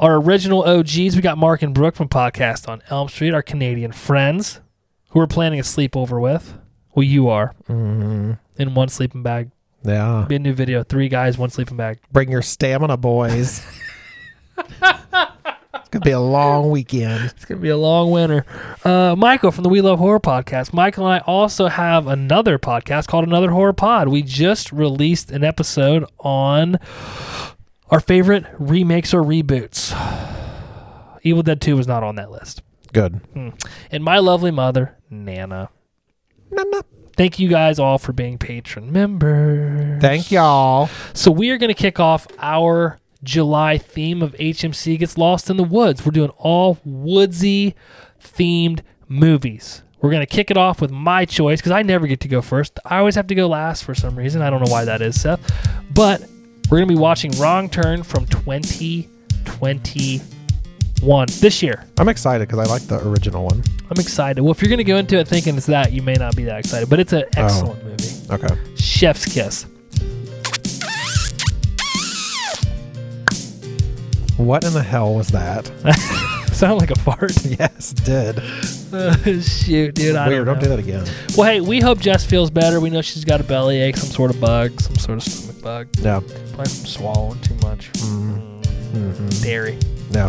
Our original OGs. We got Mark and Brooke from Podcast on Elm Street. Our Canadian friends, who we're planning a sleepover with. Well, you are
Mm,
in one sleeping bag.
yeah.
Be a new video. Three guys, one sleeping bag.
Bring your stamina, boys. it's gonna be a long weekend.
It's gonna be a long winter. Uh, Michael from the We Love Horror podcast. Michael and I also have another podcast called Another Horror Pod. We just released an episode on our favorite remakes or reboots. Evil Dead Two was not on that list.
Good.
Hmm. And my lovely mother, Nana.
No, no.
Thank you guys all for being patron members.
Thank y'all.
So we are going to kick off our July theme of HMC Gets Lost in the Woods. We're doing all woodsy themed movies. We're going to kick it off with my choice because I never get to go first. I always have to go last for some reason. I don't know why that is, Seth. But we're going to be watching Wrong Turn from 2021 this year.
I'm excited because I like the original one.
I'm excited. Well, if you're going to go into it thinking it's that, you may not be that excited, but it's an excellent movie.
Okay.
Chef's Kiss.
What in the hell was that?
Sound like a fart.
yes, it did.
Shoot, dude. I
Weird.
Don't
Don't,
know.
do that again.
Well, hey, we hope Jess feels better. We know she's got a bellyache, some sort of bug, some sort of stomach bug.
No.
Probably from swallowing too much Mm,
Mm-hmm. Mm-mm.
dairy.
No.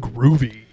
Groovy.